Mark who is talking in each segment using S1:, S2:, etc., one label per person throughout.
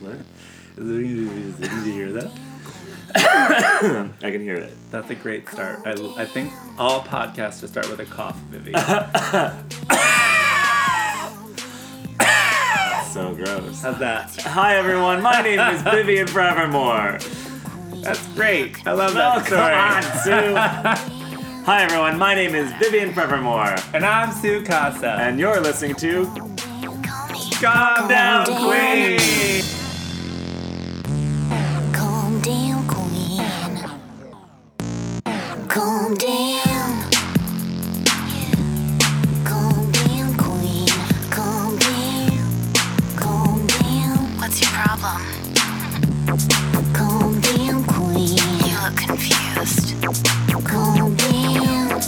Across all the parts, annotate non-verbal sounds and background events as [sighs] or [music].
S1: What? Is it easy? Did you hear that?
S2: I can hear it.
S1: That's a great start. I, I think all podcasts should start with a cough, Vivi.
S2: So gross.
S1: How's that?
S2: Hi everyone, my name is Vivian Forevermore.
S1: That's great. I love
S2: Oh,
S1: that
S2: come
S1: story.
S2: on, Sue. Hi everyone, my name is Vivian Forevermore,
S1: And I'm Sue Casa.
S2: and you're listening to
S1: Calm down,
S2: Queen.
S1: Queen.
S3: Calm down, Queen. Calm down. Calm down, Queen. Calm down. Calm down.
S4: What's your problem?
S3: Calm down, Queen.
S4: You look confused.
S3: Calm down.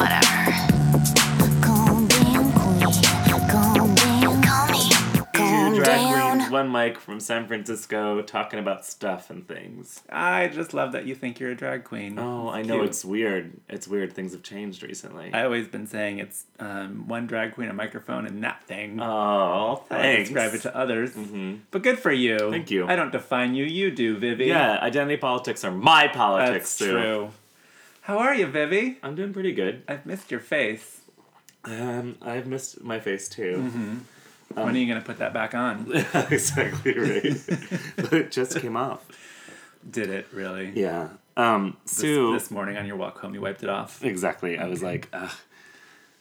S4: Whatever.
S3: Calm down, Queen. Calm down.
S4: Call me.
S3: Calm
S2: Two Drag Queens,
S3: down.
S2: One Mic from San Francisco, talking about stuff and things.
S1: I just love that you think you're a drag queen.
S2: Oh, I know
S1: Cute.
S2: it's weird. It's weird. Things have changed recently.
S1: I always been saying it's um, one drag queen, a microphone, and that thing.
S2: Oh,
S1: I like to
S2: thanks. Mm-hmm.
S1: describe it to others. But good for you.
S2: Thank you.
S1: I don't define you. You do, Vivi.
S2: Yeah, identity politics are my politics,
S1: that's
S2: Sue.
S1: true. How are you, Vivi?
S2: I'm doing pretty good.
S1: I've missed your face.
S2: Um, I've missed my face too. Um,
S1: when are you going to put that back on?
S2: [laughs] exactly right.
S1: [laughs]
S2: but it just came off.
S1: Did it really?
S2: Yeah. Um,
S1: This,
S2: Sue.
S1: this morning on your walk home, you wiped it off.
S2: exactly. I was like, Ugh,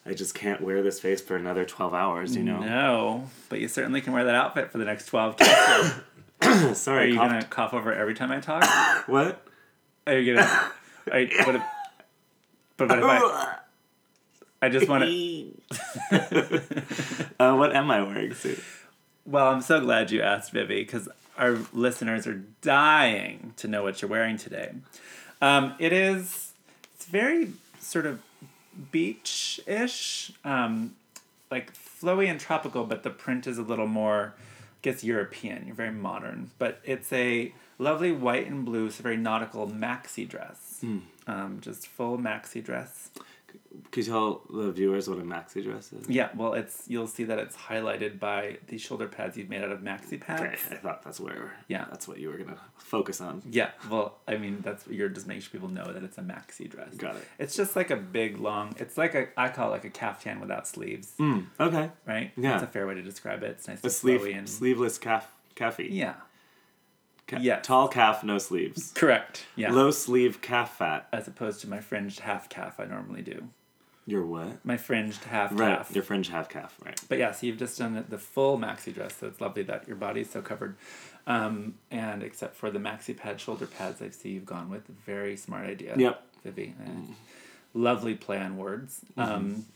S2: I just can't wear this face for another 12 hours, you know?
S1: No, but you certainly can wear that outfit for the next 12 days.
S2: [laughs]
S1: Are
S2: Sorry.
S1: you
S2: cough-
S1: going to cough over every time I talk?
S2: What?
S1: Are you going to. Are you, what if, but what if I.
S2: [laughs]
S1: I just want to. [laughs]
S2: uh, what am I wearing, Sue?
S1: Well, I'm so glad you asked, Vivi, because our listeners are dying to know what you're wearing today. Um, it is it's very sort of beach-ish, um, like flowy and tropical, but the print is a little more, I guess, European. You're very modern, but it's a lovely white and blue, so very nautical maxi dress, um, just full maxi dress.
S2: Could you tell the viewers what a maxi dress is?
S1: Yeah, well, it's you'll see that it's highlighted by the shoulder pads you've made out of maxi pads.
S2: [laughs] Okay, I thought that's where.
S1: Yeah.
S2: That's what you were gonna focus on.
S1: Yeah, well, I mean, that's you're just making sure people know that it's a maxi dress.
S2: Got it.
S1: It's just like a big long. It's like a I call it like a caftan without sleeves,
S2: Okay.
S1: right?
S2: Mm, Yeah.
S1: that's a fair way to describe it. It's nice
S2: A
S1: and
S2: sleeve,
S1: flowy and
S2: sleeveless calf, caffy.
S1: yeah,
S2: Ca-
S1: yes.
S2: Tall calf, no sleeves.
S1: correct. Yeah,
S2: Low sleeve calf fat.
S1: as opposed to my fringed half calf I normally do.
S2: Your what?
S1: My fringed half
S2: Right.
S1: calf.
S2: Your fringe half calf. Right.
S1: But yeah, so you've just done the- the full maxi dress, so it's lovely that your body's so covered. Um, and except for the maxi pad shoulder pads, I see you've gone with very smart idea.
S2: Yep.
S1: Vivi, Uh, lovely play on words. Um,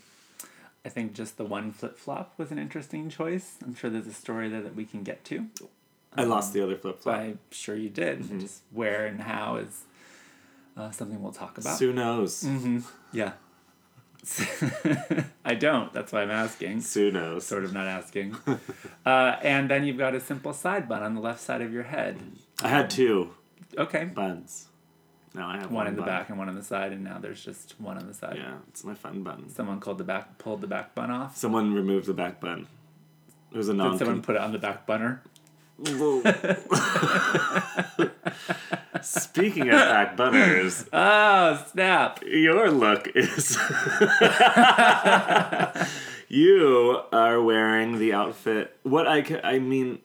S1: I think just the one flip flop was an interesting choice. I'm sure there's a story there that we can get to.
S2: I lost the other flip flop.
S1: I'm sure you did. Just where and how is uh, something we'll talk about.
S2: Sue knows.
S1: Mm-hmm. Yeah. [laughs] I don't. That's why I'm asking
S2: Sue knows.
S1: sort of not asking. [laughs] uh, and then you've got a simple side bun on the left side of your head.
S2: I had two
S1: Okay.
S2: buns. Now I have
S1: One
S2: one,
S1: in the
S2: bun.
S1: back and one on the side, and now there's just one on the side.
S2: Yeah, it's my fun bun.
S1: Someone called the back, pulled the back bun off.
S2: Someone removed the back bun. It was a
S1: Did
S2: non.
S1: someone put it on the back bunner? [laughs]
S2: Speaking of back bunners,
S1: Oh snap!
S2: your look is. [laughs] you are wearing the outfit. What I ca- I mean.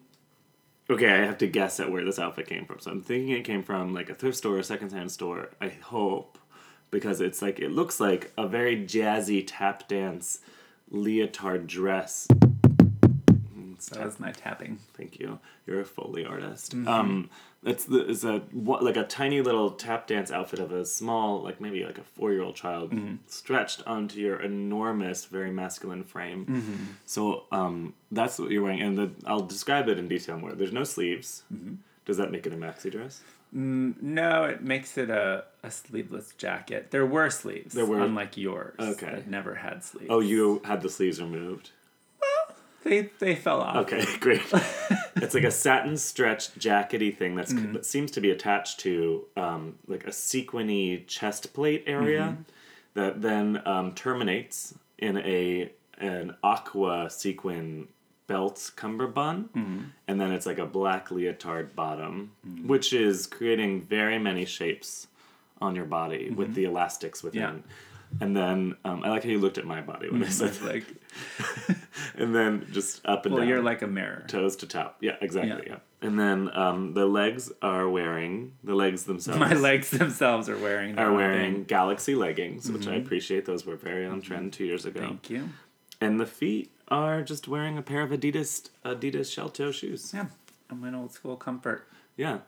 S2: Okay, I have to guess at where this outfit came from. So I'm thinking it came from like a thrift store, a secondhand store. I hope because it's like it looks like a very jazzy tap dance leotard dress.
S1: That was my tapping.
S2: Thank you. You're a foley artist. Um, it's the it's a what, like a tiny little tap dance outfit of a small, like maybe like a four year old child, stretched onto your enormous, very masculine frame. So um, that's what you're wearing, and the, I'll describe it in detail more. There's no sleeves. Does that make it a maxi dress?
S1: No, it makes it a, a sleeveless jacket. There were sleeves,
S2: There were-
S1: unlike yours.
S2: Okay.
S1: that never had sleeves.
S2: Oh, you had the sleeves removed.
S1: they they fell off.
S2: Okay, [laughs] great. it's like a satin stretched jackety thing that's
S1: Mm-hmm.
S2: that seems to be attached to um, like a sequiny chest plate area
S1: Mm-hmm.
S2: that then um, terminates in a an aqua sequin belt cummerbund,
S1: Mm-hmm.
S2: and then it's like a black leotard bottom, which is creating very many shapes on your body
S1: Mm-hmm.
S2: with the elastics within. And then um, I like how you looked at my body when I said
S1: [laughs] It's
S2: that.
S1: like,
S2: and then just up and
S1: well,
S2: down
S1: you're like a mirror.
S2: toes to top. Yeah, exactly.
S1: Yeah.
S2: Yeah. And then um, the legs are wearing the legs themselves
S1: [laughs] My legs themselves are wearing. their
S2: are
S1: own
S2: wearing
S1: thing.
S2: galaxy leggings, which I appreciate. Those were very on trend two years ago.
S1: Mm-hmm. Thank you.
S2: And the feet are just wearing a pair of Adidas Adidas shell toe shoes.
S1: Yeah, I'm an old school comfort.
S2: Yeah.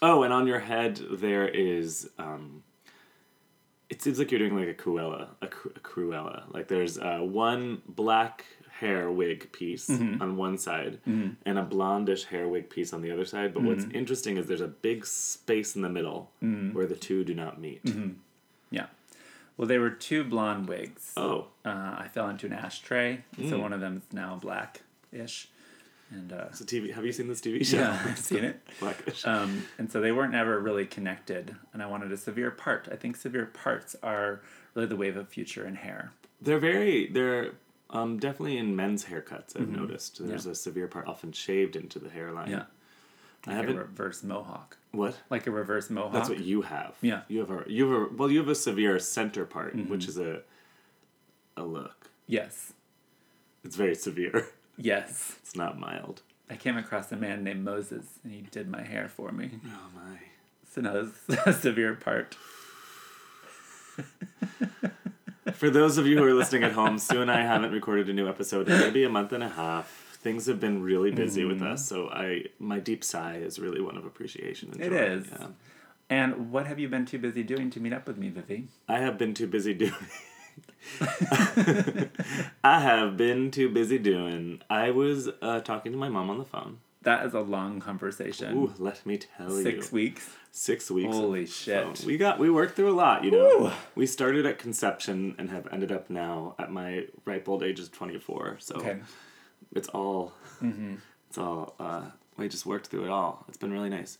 S2: Oh, and on your head there is. Um, it seems like you're doing like a Cruella, a, Cru- a Cruella. Like there's uh, one black hair wig piece
S1: Mm-hmm.
S2: on one side and a blondish hair wig piece on the other side. But what's
S1: Mm-hmm.
S2: interesting is there's a big space in the middle where the two do not meet.
S1: Mm-hmm. Yeah. Well, they were two blonde wigs.
S2: Oh,
S1: Uh, I fell into an ashtray, so one of them's now black-ish, and uh,
S2: it's a TV. Have you seen Mm. this TV show? [laughs]
S1: [laughs] yeah, I've seen it.
S2: Blackish.
S1: Um, and so they weren't ever really connected, and I wanted a severe part. I think severe parts are really the wave of future in hair.
S2: They're very they're um, definitely in men's haircuts. I've noticed there's
S1: Mm-hmm. Yeah.
S2: a severe part often shaved into the hairline.
S1: Yeah,
S2: I
S1: like a
S2: haven't.
S1: reverse mohawk,
S2: What?
S1: like a reverse mohawk.
S2: That's what you have.
S1: Yeah. Mm-hmm.
S2: you have a you have a well you have a severe center part, which is a a look.
S1: yes,
S2: It's very severe. [laughs]
S1: yes.
S2: It's not mild.
S1: I came across a man named Moses, and he did my hair for me.
S2: Oh my.
S1: So now that's [laughs] a severe part.
S2: For those of you who are listening at
S1: [laughs]
S2: home, Sue and I haven't recorded a new episode in maybe a month and a half. Things have been really busy with
S1: Mm-hmm.
S2: us, so I my deep sigh is really one of appreciation. And
S1: It
S2: joy,
S1: is.
S2: Yeah.
S1: And what have you been too busy doing to meet up with me, Vivi?
S2: I have been too busy doing. [laughs] I have been too busy doing. I was uh, talking to my mom on the phone.
S1: That is a long conversation.
S2: Ooh, let me tell you.
S1: Six weeks.
S2: Six weeks.
S1: Holy
S2: Oh,
S1: shit.
S2: we got we worked through a lot, you know.
S1: Woo.
S2: We started at conception and have ended up now at my ripe old age of twenty four. So
S1: Okay. Mm-hmm.
S2: it's all it's all uh, we just worked through it all. It's been really nice.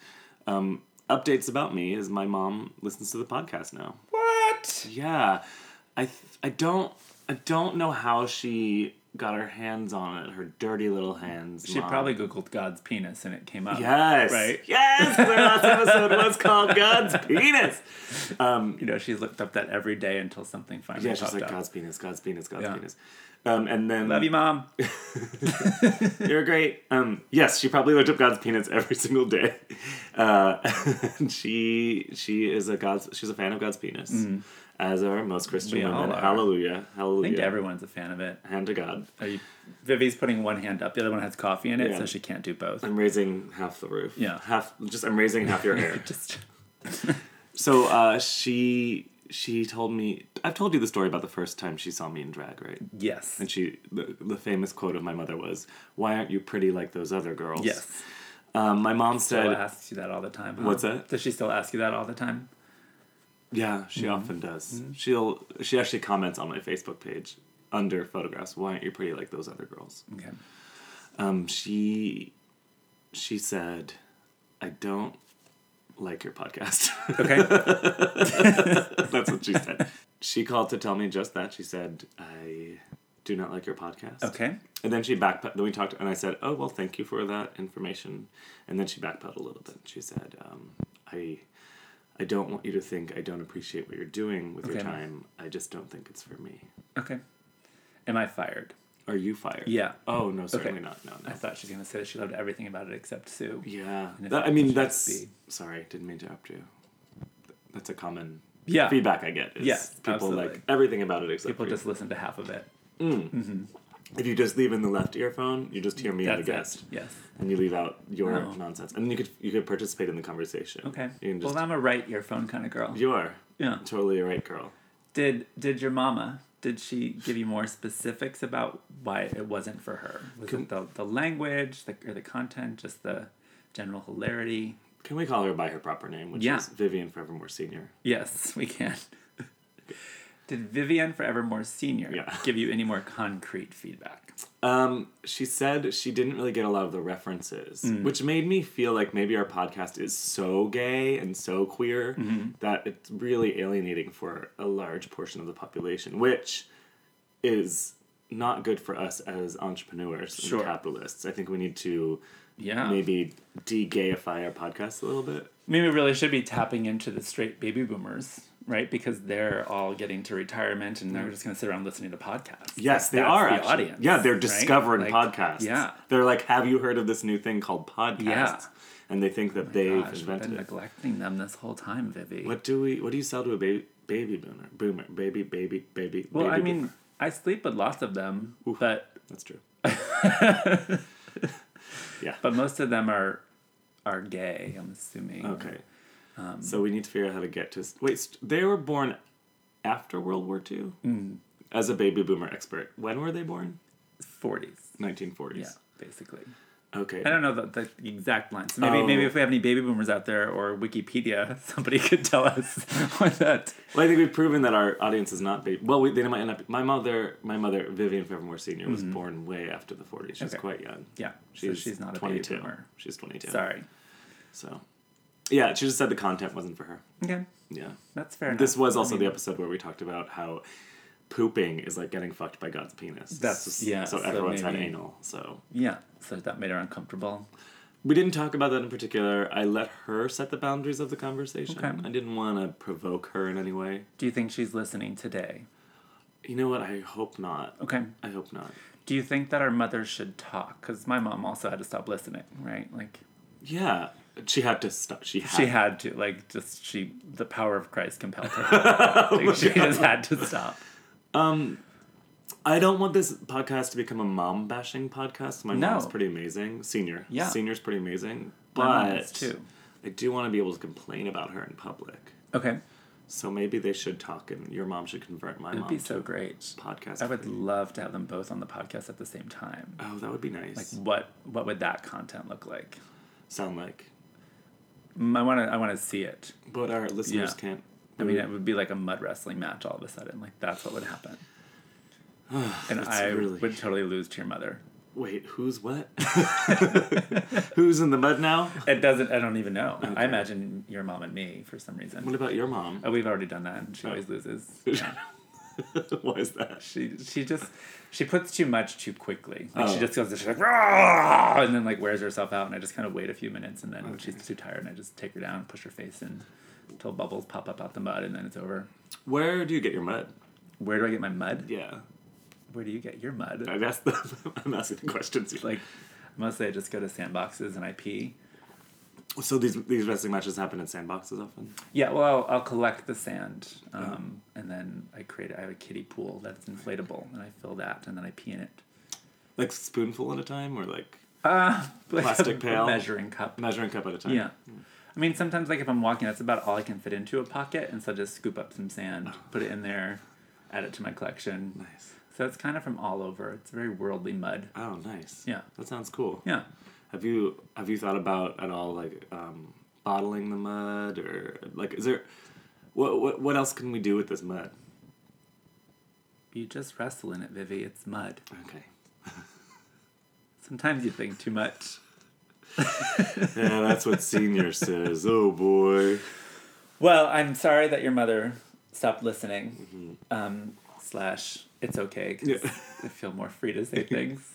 S2: Um, updates about me is my mom listens to the podcast now.
S1: What?
S2: Yeah, I th- I don't I don't know how she got her hands on it. Her dirty little hands.
S1: She
S2: Mom.
S1: probably Googled God's penis and it came up.
S2: yes
S1: Right?
S2: yes. Their last episode was called God's penis.
S1: You know, she's looked up that every day until something finally
S2: Yeah,
S1: popped
S2: she's like
S1: up.
S2: God's penis, God's penis, God's
S1: Yeah.
S2: penis. Um, and then
S1: Love you, Mom.
S2: [laughs] You're great. Um, yes, she probably looked up God's penis every [laughs] single day. Uh, [laughs] she she is a God's she's a fan of God's penis, as are most Christian
S1: Mm. We all
S2: women.
S1: are.
S2: Hallelujah,
S1: I think
S2: hallelujah.
S1: everyone's a fan of it.
S2: Hand to God.
S1: Are you, Vivi's putting one hand up, the other one has coffee in it,
S2: Yeah.
S1: so she can't do both. [laughs]
S2: I'm raising half the roof.
S1: Yeah.
S2: half. Just I'm raising half your
S1: [laughs]
S2: hair.
S1: Just
S2: so uh, she she told me I've told you the story about the first time she saw me in drag, right?
S1: yes.
S2: And she the, the famous quote of my mother was, "Why aren't you pretty like those other girls?"
S1: yes.
S2: Um, my mom said,
S1: Still asks you that all the time. huh?
S2: What's that?
S1: Does she still ask you that all the time?
S2: Yeah, she often does. She'll she actually comments on my Facebook page under photographs. Why aren't you pretty like those other girls?
S1: Okay.
S2: [laughs] Um, she she said, I don't like your podcast.
S1: Okay.
S2: [laughs] That's what she said. She called to tell me just that. She said, I do not like your podcast.
S1: okay.
S2: And then she backpedaled. Then we talked, and I said, "Oh well, thank you for that information." And then she backpedaled a little bit. She said, um, "I, I don't want you to think I don't appreciate what you're doing with your
S1: Okay.
S2: time. I just don't think it's for me."
S1: Okay. Am I fired?
S2: Are you fired?
S1: Yeah.
S2: Oh no, certainly not. No,
S1: I
S2: no.
S1: thought she was gonna say that she loved everything about it except Sue.
S2: Yeah.
S1: And if
S2: That-
S1: it
S2: I mean,
S1: should
S2: that's.
S1: be-
S2: Sorry, didn't mean to interrupt you. That's a common
S1: Yeah.
S2: feedback I get. Is
S1: Yeah,
S2: People like
S1: absolutely.
S2: everything about it except
S1: People
S2: for you.
S1: just listen to half of it.
S2: If you just leave in the left earphone, you just hear me and
S1: That's
S2: the guest.
S1: it. Yes.
S2: and you leave out your
S1: No.
S2: nonsense, and you could you could participate in the conversation.
S1: Okay.
S2: You can just
S1: Well, I'm a right earphone kind of girl.
S2: you are
S1: yeah.
S2: totally a right girl.
S1: Did Did your mama? Did she give you more specifics about why it wasn't for her? Was it the, the language, the, or the content, just the general hilarity?
S2: Can we call her by her proper name, which
S1: Yeah.
S2: is Vivian Forevermore Senior?
S1: Yes, [laughs] we can. Did Vivian Forevermore Senior
S2: Yeah.
S1: give you any more concrete feedback?
S2: Um, she said she didn't really get a lot of the references,
S1: Mm-hmm.
S2: which made me feel like maybe our podcast is so gay and so queer
S1: Mm-hmm.
S2: that it's really alienating for a large portion of the population, which is not good for us as entrepreneurs
S1: Sure. Uh.
S2: and capitalists. I think we need to
S1: Yeah.
S2: maybe de-gayify our podcast a little bit.
S1: Maybe we really should be tapping into the straight baby boomers, right? Because they're all getting to retirement and they're just going to sit around listening to podcasts.
S2: Yes, they
S1: That's
S2: are
S1: the
S2: actually.
S1: audience.
S2: Yeah, they're
S1: right?
S2: discovering
S1: Like,
S2: podcasts.
S1: Yeah.
S2: they're like, have you heard of this new thing called podcasts?
S1: Yeah. Oh
S2: and they think that they've
S1: Gosh, I've
S2: invented
S1: been
S2: it.
S1: neglecting them this whole time, Vivi.
S2: What do we? What do you sell to a baby baby boomer? Boomer, baby, baby, baby.
S1: well,
S2: baby
S1: I mean,
S2: boomer.
S1: I sleep with lots of them, but
S2: that's true.
S1: but most of them are are gay. I'm assuming.
S2: Okay. so we need to figure out how to get to. s- Wait, st- they were born after World War II?
S1: Mm-hmm.
S2: As a baby boomer expert. When were they born?
S1: 40s.
S2: 1940s.
S1: Yeah, basically.
S2: Okay.
S1: I don't know the, the exact line. So maybe
S2: Oh.
S1: maybe if we have any baby boomers out there or Wikipedia, [laughs] somebody could tell us [laughs] what that.
S2: Well, I think we've proven that our audience is not baby. Well, we, they might end up. My mother, my mother, Vivian Fairmore Senior, was born way after the 40s. She was
S1: Mm-hmm. Okay.
S2: quite young.
S1: Yeah. so
S2: She's
S1: she's not a
S2: 22.
S1: baby boomer.
S2: She's 22.
S1: Sorry.
S2: So, yeah, she just said the content wasn't for her.
S1: Okay.
S2: Yeah.
S1: That's fair enough.
S2: This was also
S1: I
S2: the
S1: mean,
S2: episode where we talked about how pooping is like getting fucked by God's penis.
S1: That's-
S2: S-
S1: yeah,
S2: So
S1: so
S2: everyone's had
S1: maybe-
S2: anal. So
S1: Yeah. So that made her uncomfortable.
S2: we didn't talk about that in particular. I let her set the boundaries of the conversation.
S1: Okay.
S2: I didn't want to provoke her in any way.
S1: Do you think she's listening today?
S2: You know what? I hope not.
S1: Okay.
S2: I hope not.
S1: Do you think that our mothers should talk? Because my mom also had to stop listening, right? Like
S2: Yeah, she had to stop. She had.
S1: she had to. Like just she, the power of Christ compelled her.
S2: [laughs]
S1: like, she just had to stop.
S2: I don't want this podcast to become a mom bashing podcast. My
S1: No.
S2: mom's pretty amazing. Senior.
S1: Yeah.
S2: Senior's pretty amazing. But
S1: My mom is too.
S2: I do want to be able to complain about her in public.
S1: Okay.
S2: So maybe they should talk, and your mom should convert my
S1: It'd
S2: mom
S1: be
S2: to
S1: so
S2: a
S1: great.
S2: podcast.
S1: I would
S2: creator.
S1: love to have them both on the podcast at the same time.
S2: Oh, that would be nice.
S1: What what would that content look like?
S2: Sound like,
S1: Mm, I want to I want to see it.
S2: but our listeners
S1: Yeah.
S2: can't. Mm,
S1: I mean, it would be like a mud wrestling match all of a sudden. Like that's what
S2: [sighs]
S1: would happen. and
S2: That's
S1: I
S2: really-
S1: would totally lose to your mother.
S2: Wait, who's
S1: [laughs]
S2: what? [laughs] who's in the mud now?
S1: It doesn't. I don't even know.
S2: Okay.
S1: I imagine your mom and me for some reason.
S2: What about your mom?
S1: Oh, we've already done that, and she
S2: Oh.
S1: always loses.
S2: [laughs] Why is that?
S1: She she just she puts too much too quickly. Like
S2: Oh.
S1: she just goes, she's like, "Rah!" and then like wears herself out, and I just kind of wait a few minutes, and then when she's too tired, and I just take her down, push her face in, till bubbles pop up out the mud, and then it's over.
S2: Where do you get your mud?
S1: Where do I get my mud?
S2: Yeah,
S1: Where do you get your mud?
S2: I've asked the, [laughs] I'm asking the questions. Like,
S1: Like mostly I just go to sandboxes and I pee.
S2: so these these wrestling matches happen in sandboxes often.
S1: Yeah, well I'll, I'll collect the sand,
S2: Mm-hmm.
S1: um, and then I create. I have a kiddie pool that's inflatable, and I fill that, and then I pee in it. [laughs]
S2: Like spoonful at a time, or like
S1: Like
S2: Plastic
S1: a
S2: pail. Mm-hmm.
S1: measuring cup.
S2: measuring cup at a time.
S1: Yeah. I mean, sometimes, like, if I'm walking, that's about all I can fit into a pocket, and so I just scoop up some sand, put it in there, add it to my collection.
S2: Ah. Nice.
S1: So it's kind of from all over. It's very worldly mud.
S2: Oh, nice.
S1: Yeah.
S2: That sounds cool.
S1: Yeah.
S2: Have you have you thought about at all like um, bottling the mud or like is there what what what else can we do with this mud?
S1: You just wrestle in it, Vivi. It's mud.
S2: Okay.
S1: Sometimes you think too much.
S2: Yeah, that's what
S1: [laughs]
S2: senior says. Oh boy. [laughs]
S1: Well, I'm sorry that your mother stopped listening. Um, slash, it's okay 'cause
S2: Mm-hmm. Yeah.
S1: I feel more free
S2: [laughs]
S1: to say things.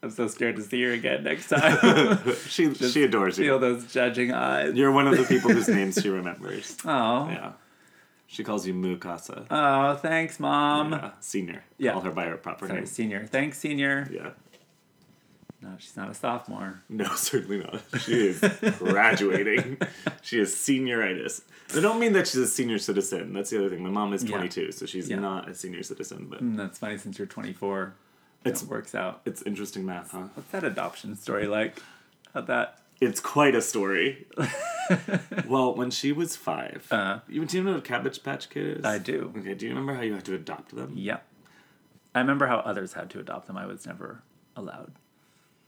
S1: I'm so scared to see her again next time. [laughs]
S2: She she adores
S1: Feel
S2: you.
S1: those judging eyes.
S2: You're one of the people whose names she remembers. [laughs]
S1: Oh,
S2: Yeah. She calls you Mukasa.
S1: oh, thanks, mom.
S2: yeah, senior.
S1: yeah.
S2: Call her by her proper
S1: Sorry,
S2: name.
S1: senior. Thanks, senior.
S2: Yeah.
S1: No, she's not a sophomore.
S2: No, [laughs] certainly not. She is
S1: [laughs]
S2: graduating. She is senioritis. I don't mean that she's a senior citizen. That's the other thing. My mom is
S1: Yeah.
S2: 22, so she's
S1: Yeah. Hmm.
S2: not a senior citizen, but
S1: And Mm, that's funny since you're 24.
S2: It's-
S1: It works out.
S2: It's interesting math, huh?
S1: What's that adoption story like? How'd that?
S2: It's quite a
S1: [laughs]
S2: story. well, when she was five,
S1: Uh-huh.
S2: you do you know what a Cabbage Patch Kid is?
S1: I do.
S2: Okay, do you remember how you had to adopt them?
S1: Yeah. I remember how others had to adopt them. I was never allowed.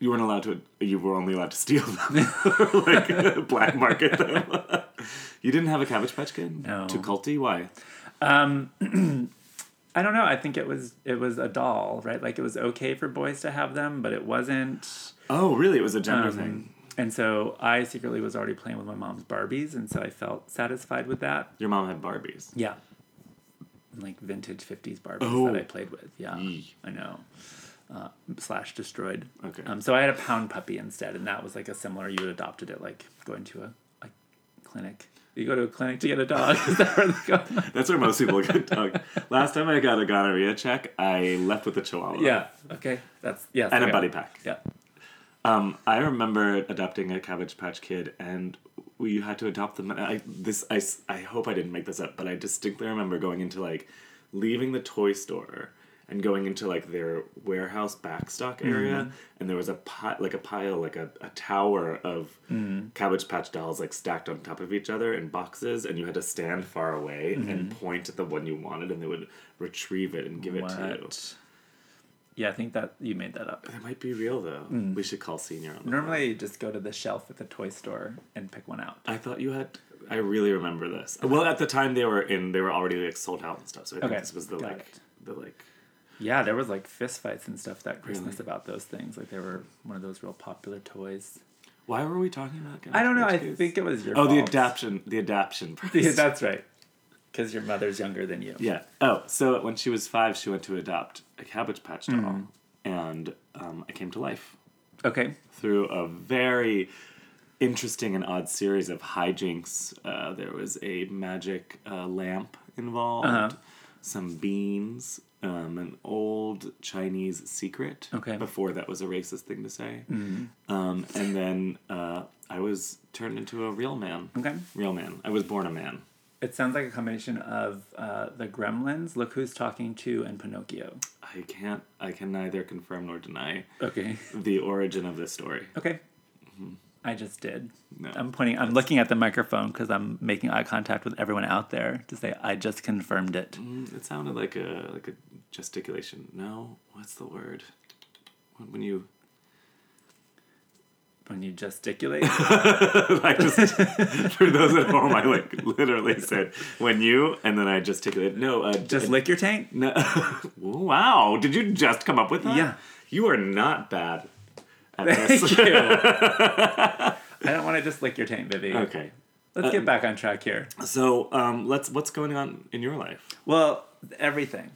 S2: You weren't allowed to. You were only allowed to steal them, [laughs] or like black market them. [laughs] you didn't have a Cabbage Patch Kid.
S1: No.
S2: Too culty. Why?
S1: I don't know. I think it was it was a doll, right? Like it was okay for boys to have them, but it wasn't.
S2: Oh, really? It was a gender
S1: Um,
S2: thing.
S1: And so I secretly was already playing with my mom's Barbies, and so I felt satisfied with that.
S2: Your mom had Barbies.
S1: Yeah. and like vintage 50s Barbies that I played with. Yeah.
S2: Oh. Yee.
S1: I know. Uh, slash destroyed.
S2: Okay.
S1: Um, so I had a pound puppy instead, and that was like a similar. You adopted it like going to a, a clinic. You go to a clinic to get a dog. [laughs] Is that where they go?
S2: [laughs] That's where most people get dog. Last time I got a gonorrhea check, I left with a chihuahua.
S1: Yeah. Okay. That's yeah.
S2: And
S1: okay.
S2: a buddy pack.
S1: Yeah.
S2: Um, I remember adopting a Cabbage Patch Kid, and we had to adopt them. and I this I, s- I hope I didn't make this up, but I distinctly remember going into like leaving the toy store and going into like their warehouse backstock area, and there was a pi- like a pile like a, a tower of Cabbage Patch dolls like stacked on top of each other in boxes, and you had to stand far away and point at the one you wanted, and they would retrieve it and give it to you.
S1: What? Yeah, I think that you made that up.
S2: That might be real though. We should call senior. On that.
S1: Normally, you just go to the shelf at the toy store and pick one out.
S2: I thought you had. I really remember this. Well, at the time they were in, they were already like sold out and stuff. So I think
S1: Okay,
S2: this was the
S1: got
S2: like
S1: it.
S2: the like.
S1: Yeah, there was like fist fights and stuff that Christmas
S2: Really?
S1: about those things. Like they were one of those real popular toys.
S2: Why were we talking about?
S1: I don't know. I
S2: Cabbage Patch
S1: think
S2: Kids?
S1: it was your.
S2: Oh, the
S1: fault.
S2: adaption. The adaption.
S1: [laughs] Yeah,
S2: process.
S1: that's right. Because your mother's younger than you.
S2: [laughs] Yeah. Oh, so when she was five, she went to adopt a Cabbage Patch doll,
S1: Mm.
S2: and um, it came to life
S1: Okay.
S2: through a very interesting and odd series of hijinks. Uh, there was a magic uh, lamp involved,
S1: Uh-huh.
S2: some beans, um, an old Chinese secret.
S1: Okay. Mm-hmm.
S2: Before that was a racist thing to say. Um, and then uh, I was turned into a real man.
S1: Okay.
S2: Real man. I was born a man.
S1: It sounds like a combination of uh, the Gremlins, Look Who's Talking to, and Pinocchio.
S2: I can't. I can neither confirm nor deny
S1: Okay.
S2: the origin of this story.
S1: Okay. I just did.
S2: Mm-hmm. No.
S1: I'm pointing. I'm looking at the microphone because I'm making eye contact with everyone out there to say I just confirmed it.
S2: Mm, It sounded like a like a gesticulation. No, what's the word? When when you [laughs]
S1: When you gesticulate,
S2: I just for those at home, I like literally said when you, and then I gesticulated. No, uh,
S1: just lick your tank.
S2: no. [laughs] wow, did you just come up with that?
S1: Yeah.
S2: you are not bad at
S1: Thank
S2: this. [laughs]
S1: you. I don't want to just lick your tank, Vivi.
S2: okay, Um,
S1: Let's get back on track here.
S2: so um, let's. What's going on in your life?
S1: Well, everything,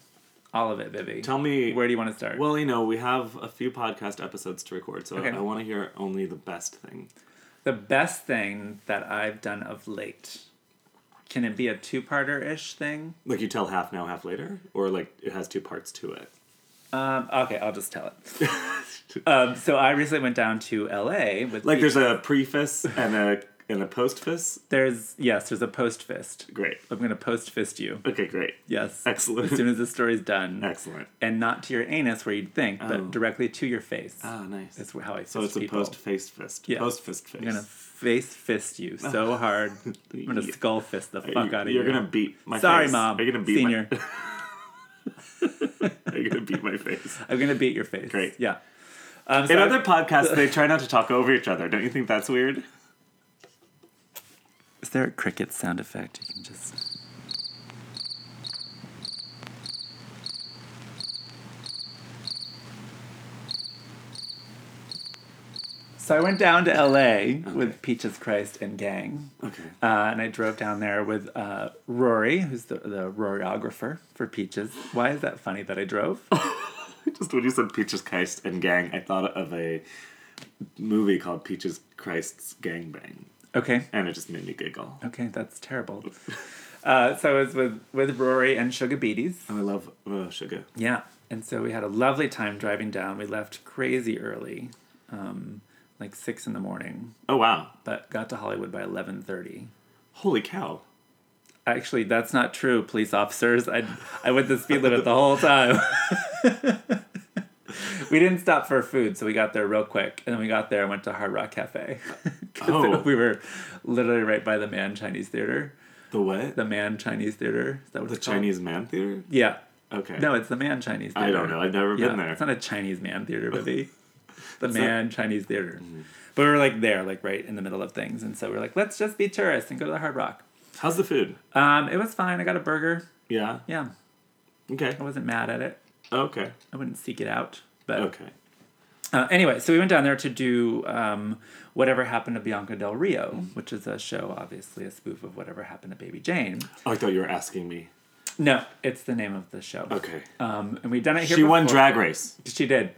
S1: all of it, Vivi.
S2: Tell me
S1: Where do you want to start?
S2: Well, you know, we have a few podcast episodes to record, so
S1: Okay.
S2: I want to hear only the best thing.
S1: The best thing that I've done of late. Can it be a two parter ish thing?
S2: Like you tell half now, half later, or like it has two parts to it.
S1: Um, okay, I'll just tell it.
S2: [laughs]
S1: um, so I recently went down to LA with
S2: Like there's a preface and a and a postface.
S1: there's yes, there's a post fist.
S2: Great.
S1: I'm gonna post fist you.
S2: Okay, great.
S1: Yes.
S2: Excellent.
S1: As soon as the story's done.
S2: [laughs] Excellent.
S1: And not to your anus where you'd think,
S2: Oh.
S1: but directly to your face.
S2: Ah, nice.
S1: That's how I fist
S2: so it's a
S1: people.
S2: post faced fist.
S1: Yeah.
S2: Post fist face.
S1: I'm gonna face fist
S2: [laughs]
S1: you so hard. I'm gonna
S2: Yeah.
S1: skull fist the
S2: Are
S1: fuck
S2: you,
S1: out of
S2: you're
S1: you.
S2: gonna beat my
S1: Sorry,
S2: face.
S1: mom.
S2: Are you gonna beat
S1: Senior.
S2: [laughs] my Are you gonna beat my
S1: [laughs]
S2: face?
S1: I'm gonna beat your face.
S2: Great.
S1: Yeah. Um, so
S2: In
S1: I-
S2: other podcasts they try not to talk over each other. Don't you think that's weird? [laughs]
S1: Is there a cricket sound effect? You can just. So I went down to LA with Peaches Christ and gang,
S2: Okay.
S1: uh, and I drove down there with uh, Rory, who's the, the Roryographer for Peaches. Why is that funny that I drove?
S2: Just when you said Peaches Christ and Gang, I thought of a movie called Peaches Christ's Gang Bang.
S1: Okay.
S2: And it just made me giggle.
S1: Okay, that's terrible. Uh, so I was with, with Rory and Sugar Beaties.
S2: Oh, I love oh, sugar.
S1: Yeah. And so we had a lovely time driving down. We left crazy early, um, like six in the morning,
S2: Oh wow.
S1: but got to Hollywood by eleven thirty.
S2: Holy cow.
S1: Actually, that's not true, police officers. I I went the speed limit the whole time. [laughs] we didn't stop for food, so we got there real quick, and then we got there and went to Hard Rock Cafe. [laughs] 'Cause
S2: Oh.
S1: we were literally right by the Man Chinese Theater.
S2: The what?
S1: The Man Chinese Theater. Is that what
S2: The
S1: it's called?
S2: Chinese Man Theater?
S1: Yeah.
S2: Okay.
S1: No, it's the Man Chinese Theater.
S2: I don't know. I've never
S1: yeah,
S2: been there.
S1: It's not a Chinese man theater,
S2: [laughs]
S1: but the the man Chinese theater.
S2: Mm-hmm.
S1: But we were like there, like right in the middle of things, and so we are like, let's just be tourists and go to the Hard Rock.
S2: How's the food?
S1: Um, it was fine. I got a burger.
S2: Yeah.
S1: Yeah,
S2: Okay.
S1: I wasn't mad at it.
S2: Okay.
S1: I wouldn't seek it out, but
S2: Okay.
S1: uh, anyway, so we went down there to do um, whatever happened to Bianca Del
S2: Mm-hmm.
S1: Rio, which is a show, obviously a spoof of whatever happened to Baby Jane.
S2: Oh, I thought you were asking me.
S1: No, it's the name of the show.
S2: Okay.
S1: Um, and we've done it here.
S2: she won
S1: before.
S2: Drag Race.
S1: She did.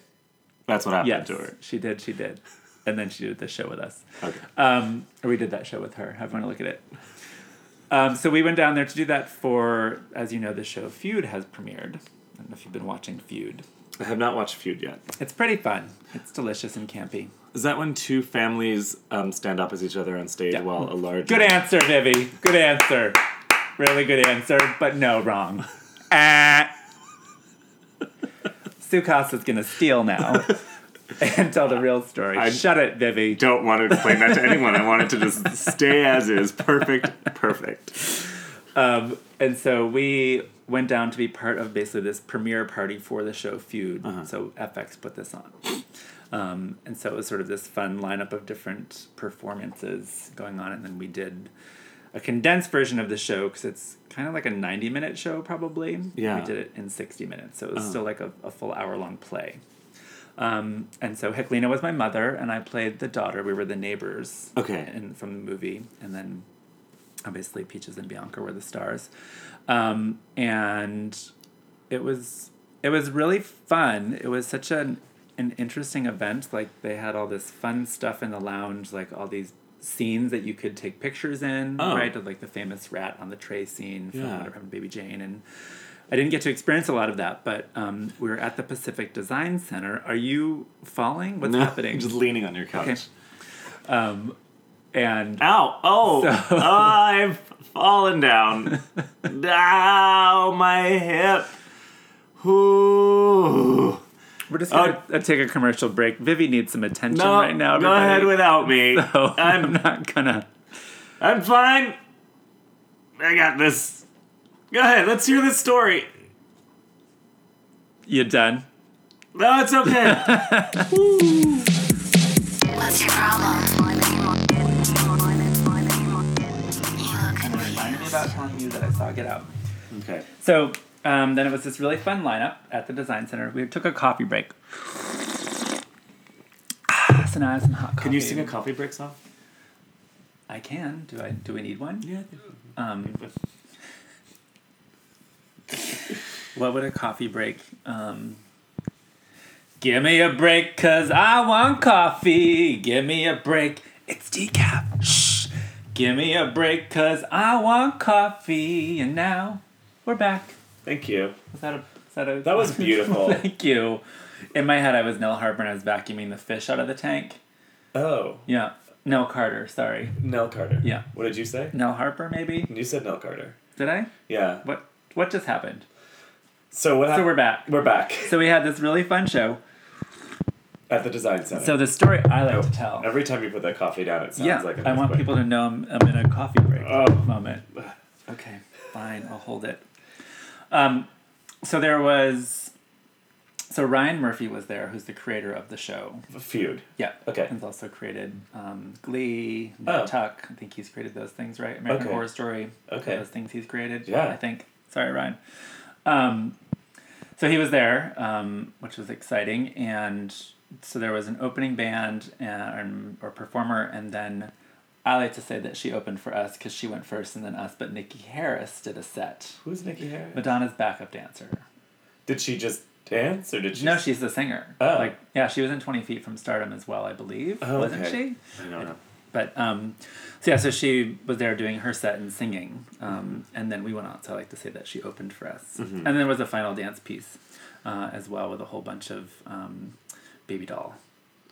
S2: That's what happened
S1: Yes,
S2: to her.
S1: she did. She did. And then she did this show with us.
S2: Okay.
S1: Um, or we did that show with her. Have a look at it. Um, so we went down there to do that for, as you know, the show Feud has premiered. I don't know if you've been watching Feud.
S2: I have not watched Feud yet.
S1: It's pretty fun. It's delicious and campy.
S2: Is that when two families um, stand up as each other on stage
S1: Yeah.
S2: while a large
S1: Good answer, Vivi. Good answer. Really good answer, but no, wrong. [laughs] Ah. Sue Costa's gonna steal now [laughs] and tell the real story.
S2: I-
S1: Shut it, Vivi.
S2: don't want to explain that
S1: [laughs]
S2: to anyone. I want it to just stay as is. Perfect, perfect.
S1: Um, and so we went down to be part of basically this premiere party for the show Feud. So FX put this on. Um, and so it was sort of this fun lineup of different performances going on. And then we did a condensed version of the show because it's kind of like a 90 minute show, probably.
S2: Yeah.
S1: We did it in 60 minutes. So it was still like a, a full hour long play. Um, and so Heclina was my mother, and I played the daughter. We were the neighbors.
S2: Okay.
S1: In, from the movie. And then obviously Peaches and Bianca were the stars. Um, and it was it was really fun. It was such an an interesting event. Like they had all this fun stuff in the lounge, like all these scenes that you could take pictures in,
S2: Oh.
S1: right? Of like the famous rat on the tray scene from
S2: Yeah.
S1: Whatever Happened to Baby Jane and I didn't get to experience a lot of that, but um, we were at the Pacific Design Center. Are you falling? What's happening?
S2: Just leaning on your couch.
S1: Okay. and
S2: Ow! Oh!
S1: So-
S2: I've fallen
S1: [laughs]
S2: down. Ow! My hip. Ooh.
S1: we're just gonna uh, take a commercial break. Vivi needs some attention
S2: Oh. No,
S1: right now.
S2: go
S1: Everybody.
S2: ahead without me.
S1: [laughs] So
S2: I'm
S1: I'm not gonna.
S2: I'm fine. I got this. Go ahead. Let's hear this story.
S1: You done?
S2: No, it's okay.
S1: [laughs]
S4: What's your problem? You look confused.
S1: about telling you that I saw Get Out.
S2: okay.
S1: So um, then it was this really fun lineup at the design center. We took a coffee break. Ah, So now I have some hot coffee.
S2: Can you sing a coffee break song?
S1: I can. Do I? Do we need one?
S2: Yeah.
S1: Um, what would a coffee break? Um, give me a break, cause I want coffee. Give me a break. It's decaf. Shh. Give me a break, cause I want coffee. And now we're back.
S2: Thank you.
S1: Was that a? Was that, a
S2: That was beautiful.
S1: [laughs] Thank you. In my head, I was Nell Harper, and I was vacuuming the fish out of the tank.
S2: Oh,
S1: Yeah. Nell Carter. Sorry.
S2: Nell Carter.
S1: Yeah.
S2: What did you say?
S1: Nell Harper, maybe.
S2: You said Nell Carter.
S1: Did I?
S2: Yeah.
S1: What? What just happened?
S2: So what?
S1: So
S2: hap-
S1: we're back.
S2: We're back
S1: So we had this really fun show.
S2: at the design center.
S1: So the story I like to tell.
S2: Every time you put that coffee down, it sounds
S1: yeah,
S2: like an
S1: I want
S2: earthquake.
S1: people to know I'm, I'm in a coffee break
S2: Oh.
S1: moment. Uh, [sighs] Okay, fine, I'll hold it. Um, so there was, so Ryan Murphy was there, who's the creator of the show.
S2: feud.
S1: Yeah.
S2: Okay.
S1: He's also created um, Glee,
S2: Oh.
S1: Tuck. I think he's created those things, right? American
S2: Okay.
S1: Horror Story.
S2: Okay.
S1: Those things he's created.
S2: Eh. Yeah.
S1: I think. Sorry, Ryan. Um, so he was there, um, which was exciting, and so there was an opening band uh, and or performer, and then I like to say that she opened for us because she went first, and then us. But Nikki Harris did a set.
S2: Who's Nikki Harris?
S1: Madonna's backup dancer.
S2: Did she just dance or did she?
S1: No, she's the singer.
S2: Oh.
S1: Like, yeah, she was in 20 Feet from Stardom as well, I believe.
S2: Oh,
S1: wasn't
S2: okay.
S1: she?
S2: I don't know.
S1: But um, so yeah, so she was there doing her set and singing, um, and then we went out. So I like to say that she opened for us, and then there was a final dance piece uh, as well with a whole bunch of um, baby doll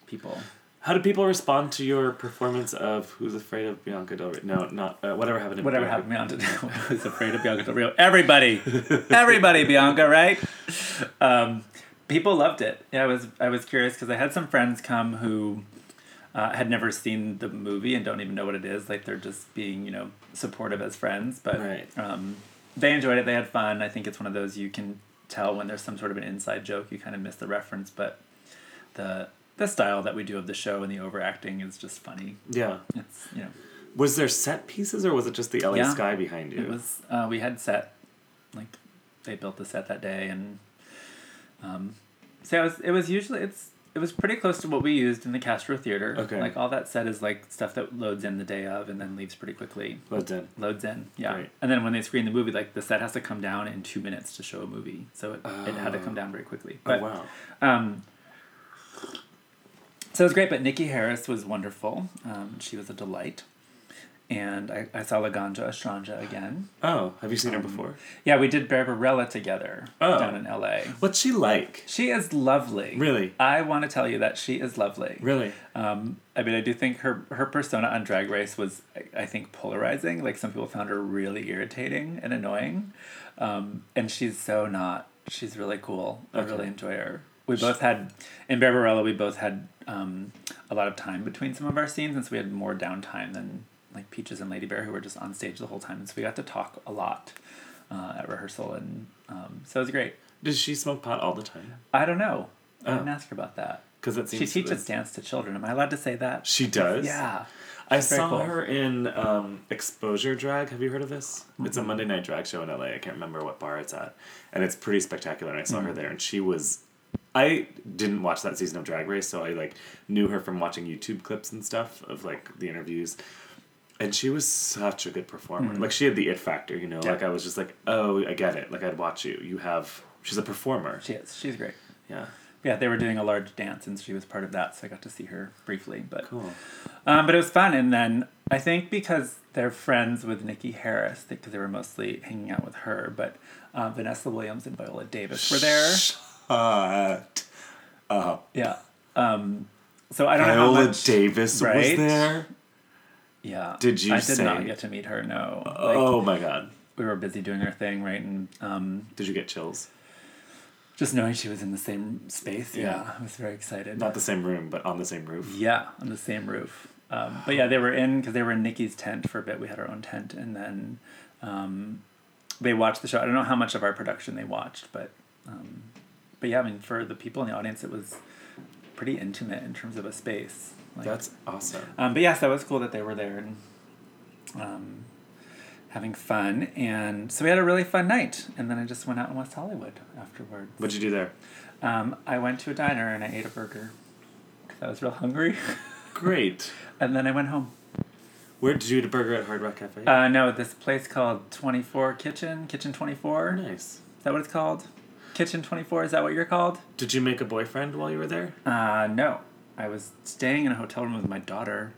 S1: people.
S2: How do people respond to your performance of "Who's Afraid of Bianca Del Rio"? No, not uh, whatever happened. To
S1: Whatever
S2: Bianca.
S1: happened, Bianca [laughs] was afraid of Bianca Del Rio. Everybody, everybody, Bianca, right? Um, people loved it. Yeah, I was I was curious because I had some friends come who uh, had never seen the movie and don't even know what it is. Like they're just being you know supportive as friends, but
S2: Right.
S1: um, they enjoyed it. They had fun. I think it's one of those you can tell when there's some sort of an inside joke. You kind of miss the reference, but the the style that we do of the show and the overacting is just funny.
S2: Yeah.
S1: It's you know.
S2: Was there set pieces or was it just the LA
S1: Yeah.
S2: sky behind you?
S1: It was uh, we had set, like they built the set that day, and um, so it was it was usually it's it was pretty close to what we used in the Castro Theater.
S2: Okay.
S1: Like all that set is like stuff that loads in the day of and then leaves pretty quickly.
S2: Loads in.
S1: Loads in, yeah.
S2: Right.
S1: And then when they screen the movie, like the set has to come down in two minutes to show a movie, so it, it had to come down very quickly. But,
S2: oh wow.
S1: Um, so it was great, but Nikki Harris was wonderful. Um, she was a delight, and I, I saw Laganja Estranja again.
S2: Oh, have you seen
S1: Um,
S2: her before?
S1: Yeah, we did Barbarella together
S2: Oh.
S1: down in L.A.
S2: What's she like?
S1: She is lovely.
S2: Really?
S1: I want to tell you that she is lovely.
S2: Really?
S1: Um, I mean, I do think her her persona on Drag Race was, I- I think, polarizing. Like some people found her really irritating and annoying, um, and she's so not. She's really cool. I
S2: Okay.
S1: really enjoy her. We both had in Barbarella. We both had um, a lot of time between some of our scenes, and so we had more downtime than like Peaches and Lady Bear, who were just on stage the whole time. And so we got to talk a lot uh, at rehearsal, and um, so it was great.
S2: Does she smoke pot all the time?
S1: I don't know. I
S2: Oh.
S1: didn't ask her about that.
S2: Because it
S1: She
S2: seems to
S1: teaches
S2: be-
S1: dance to children. Am I allowed to say that?
S2: She does.
S1: Yeah.
S2: I
S1: She's very
S2: saw
S1: cool.
S2: her in um, Exposure Drag. Have you heard of this? It's a Monday night drag show in LA. I can't remember what bar it's at, and it's pretty spectacular. And I saw
S1: Mm.
S2: her there, and she was. I didn't watch that season of Drag Race, so I like knew her from watching YouTube clips and stuff of like the interviews. And she was such a good performer. Like she had the it factor, you know.
S1: Mm. Yeah.
S2: Like I was just like, oh, I get it. Like I'd watch you. You have. She's a performer.
S1: She is. She's great.
S2: yeah.
S1: Yeah, they were doing a large dance and she was part of that, so I got to see her briefly. But
S2: Cool.
S1: um, but it was fun. And then I think because they're friends with Nikki Harris, because they were mostly hanging out with her, but uh, Vanessa Williams and Viola Davis were there.
S2: Hot.
S1: Yeah. Um, so I don't know how
S2: Viola
S1: much.
S2: Davis was
S1: Right?
S2: there.
S1: yeah.
S2: Did you
S1: I did
S2: say-
S1: not get to meet her. No. Like,
S2: oh my god.
S1: we were busy doing our thing, right? And um,
S2: Did you get chills?
S1: just knowing she was in the same space. Yeah,
S2: Yeah.
S1: I was very excited.
S2: Not the same room, but on the same roof.
S1: Yeah, on the same roof. Um, but yeah, they were in because they were in Nikki's tent for a bit. We had our own tent, and then um, they watched the show. I don't know how much of our production they watched, but um, but yeah, I mean, for the people in the audience, it was pretty intimate in terms of a space. Like,
S2: That's awesome.
S1: um, but yes, that was cool that they were there and um, having fun. And so we had a really fun night. And then I just went out in West Hollywood afterwards.
S2: What'd you do there?
S1: Um, I went to a diner and I ate a burger because I was real hungry. [laughs]
S2: Great.
S1: and then I went home.
S2: Where did you eat a burger at Hard Rock Cafe?
S1: Uh, no, this place called 24 Kitchen, Kitchen 24. Is
S2: nice.
S1: that what it's called? Kitchen 24, is that what you're called?
S2: Did you make a boyfriend while you were there?
S1: Uh, no. I was staying in a hotel room with my daughter,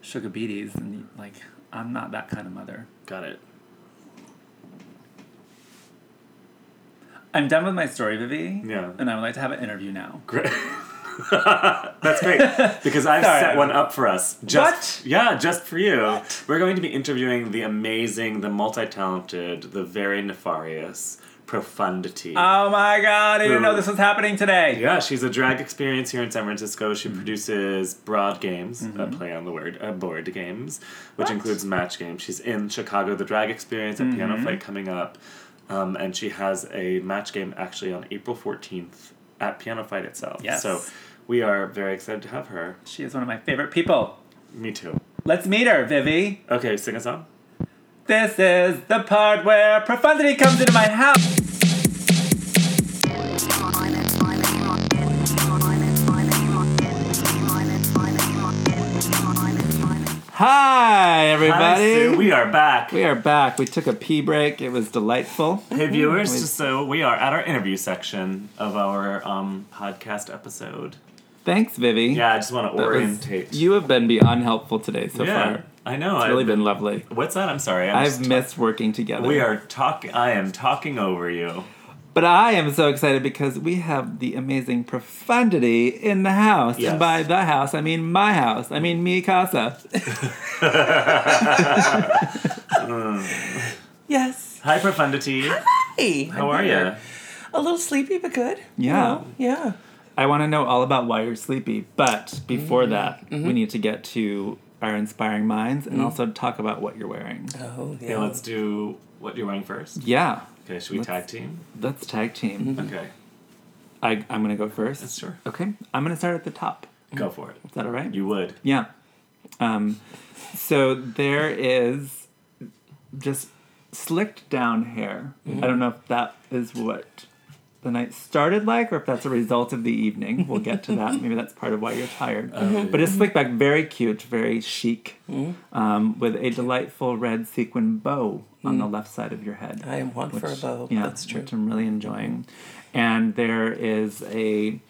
S1: Sugar Beaties, and like, I'm not that kind of mother.
S2: Got it.
S1: I'm done with my story, Vivi.
S2: Yeah.
S1: And I would like to have an interview now.
S2: Great. [laughs] That's
S1: [laughs]
S2: great because I've
S1: Sorry.
S2: set one up for us. Just,
S1: What?
S2: Yeah, just for you. We're going to be interviewing the amazing, the multi-talented, the very nefarious Profundity.
S1: Oh my god, I didn't know
S2: Ooh.
S1: this was happening today.
S2: Yeah, she's a drag experience here in San Francisco. She
S1: Mm-hmm.
S2: produces Broad Games, a play on the word, uh, board games, which
S1: What?
S2: includes match games. She's in Chicago, the drag experience, at Piano
S1: Mm-hmm.
S2: Fight coming up. Um, and she has a match game actually on April 14th at Piano Fight itself.
S1: Yes.
S2: So we are very excited to have her.
S1: She is one of my favorite people.
S2: Me too.
S1: Let's meet her, Vivi.
S2: Okay, sing a song.
S1: This is the part where profundity comes into my house. Hi,
S2: Hi,
S1: everybody.
S2: Sue. We are back.
S1: We are back. We took a pee break. It was delightful.
S2: Hey viewers, so we are at our interview section of our um, podcast episode.
S5: Thanks, Vivi.
S2: Yeah, I just want to
S5: That was-
S2: orientate.
S5: You have been beyond helpful today so
S2: yeah,
S5: far.
S2: I know.
S5: It's
S2: I've
S5: really been lovely.
S2: What's that? I'm sorry. I'm
S5: I've
S2: just-
S5: missed working together.
S2: we are talking. I am talking over you.
S5: But I am so excited because we have the amazing profundity in the house.
S2: Yes.
S5: And by the house, I mean my house. I mean mi casa.
S6: Yes.
S2: Hi, Profundity.
S6: Hey.
S2: How are you?
S6: A little sleepy, but
S5: [laughs]
S6: good. Oh,
S5: Yeah.
S6: Yeah.
S5: I want to know all about why you're sleepy. But before
S2: Mm-hmm.
S5: that, we need to get to our inspiring minds and
S2: Mm-hmm.
S5: also talk about what you're wearing.
S6: Oh, yeah.
S2: Okay, let's do what you're wearing first.
S5: Yeah.
S2: Okay, should we
S5: Let's-
S2: tag team?
S5: Let's tag team.
S2: Okay,
S5: I, I'm going to go first.
S2: sure.
S5: Okay. I'm going to start at the top.
S2: Go for it.
S5: Is that all right?
S2: You would.
S5: Yeah. Um, so there is
S6: Mm-hmm.
S5: just slicked down hair. I don't know if that is what
S1: the night started like, or if that's a result of the evening. We'll get to
S6: [laughs]
S1: that. Maybe that's part of why you're tired.
S6: Oh,
S1: But it's slick back, very cute, very chic,
S6: Mm-hmm.
S1: um, with a delightful red sequin bow on the left side of your head.
S6: Mm-hmm. I am one for a bow.
S1: Yeah,
S6: That's true.
S1: Which I'm really enjoying. And there is a,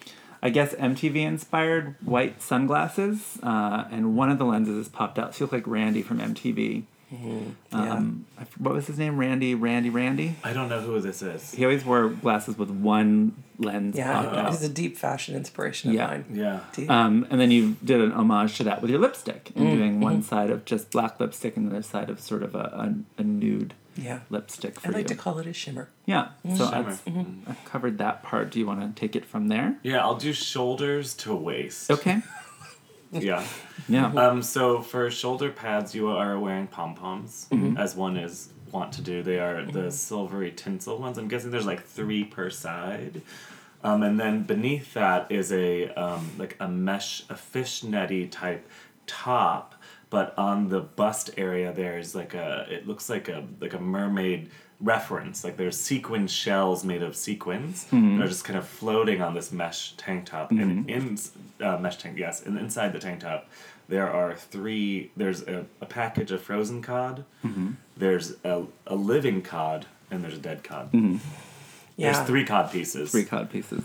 S1: I guess MTV inspired white sunglasses, uh, and one of the lenses is popped out. She looked like Randy from MTV.
S6: Uh,
S1: Um, I f- what was his name? Randy, Randy, Randy.
S2: I don't know who this is.
S1: He always wore glasses with one lens
S6: yeah,
S1: popped
S6: yeah.
S1: out.
S6: He's a deep fashion inspiration of
S1: Yeah.
S6: mine.
S2: Yeah.
S6: Deep.
S1: Um, and then you did an homage to that with your lipstick and
S6: Mm,
S1: doing
S6: mm-hmm.
S1: one side of just black lipstick and the other side of sort of a, a, a nude
S6: yeah.
S1: lipstick for
S6: I like
S1: you.
S6: to call Mm-hmm. it a shimmer.
S1: yeah, so
S2: Shimmer.
S1: that's, I've covered that part. Do you want to take it from there?
S2: Yeah, I'll do shoulders to waist.
S1: Okay.
S2: Yeah.
S1: Yeah.
S6: Mm-hmm.
S2: Um, so for shoulder pads, you are wearing pom poms,
S5: Mm-hmm.
S2: as one is want to do. They are the silvery tinsel ones. I'm guessing there's like three per side. Um, and then beneath that is a um, like a mesh, a fishnetty type top, but on the bust area there's like a it looks like a like a mermaid reference. Like there's sequin shells made of sequins that are just kind of floating on this mesh tank top. And in uh, mesh tank, yes, and inside the tank top there are three. There's a, a package of frozen cod. There's a, a living cod. And there's a dead cod.
S6: Yeah.
S2: There's three cod pieces.
S1: Three cod
S2: [laughs]
S1: pieces.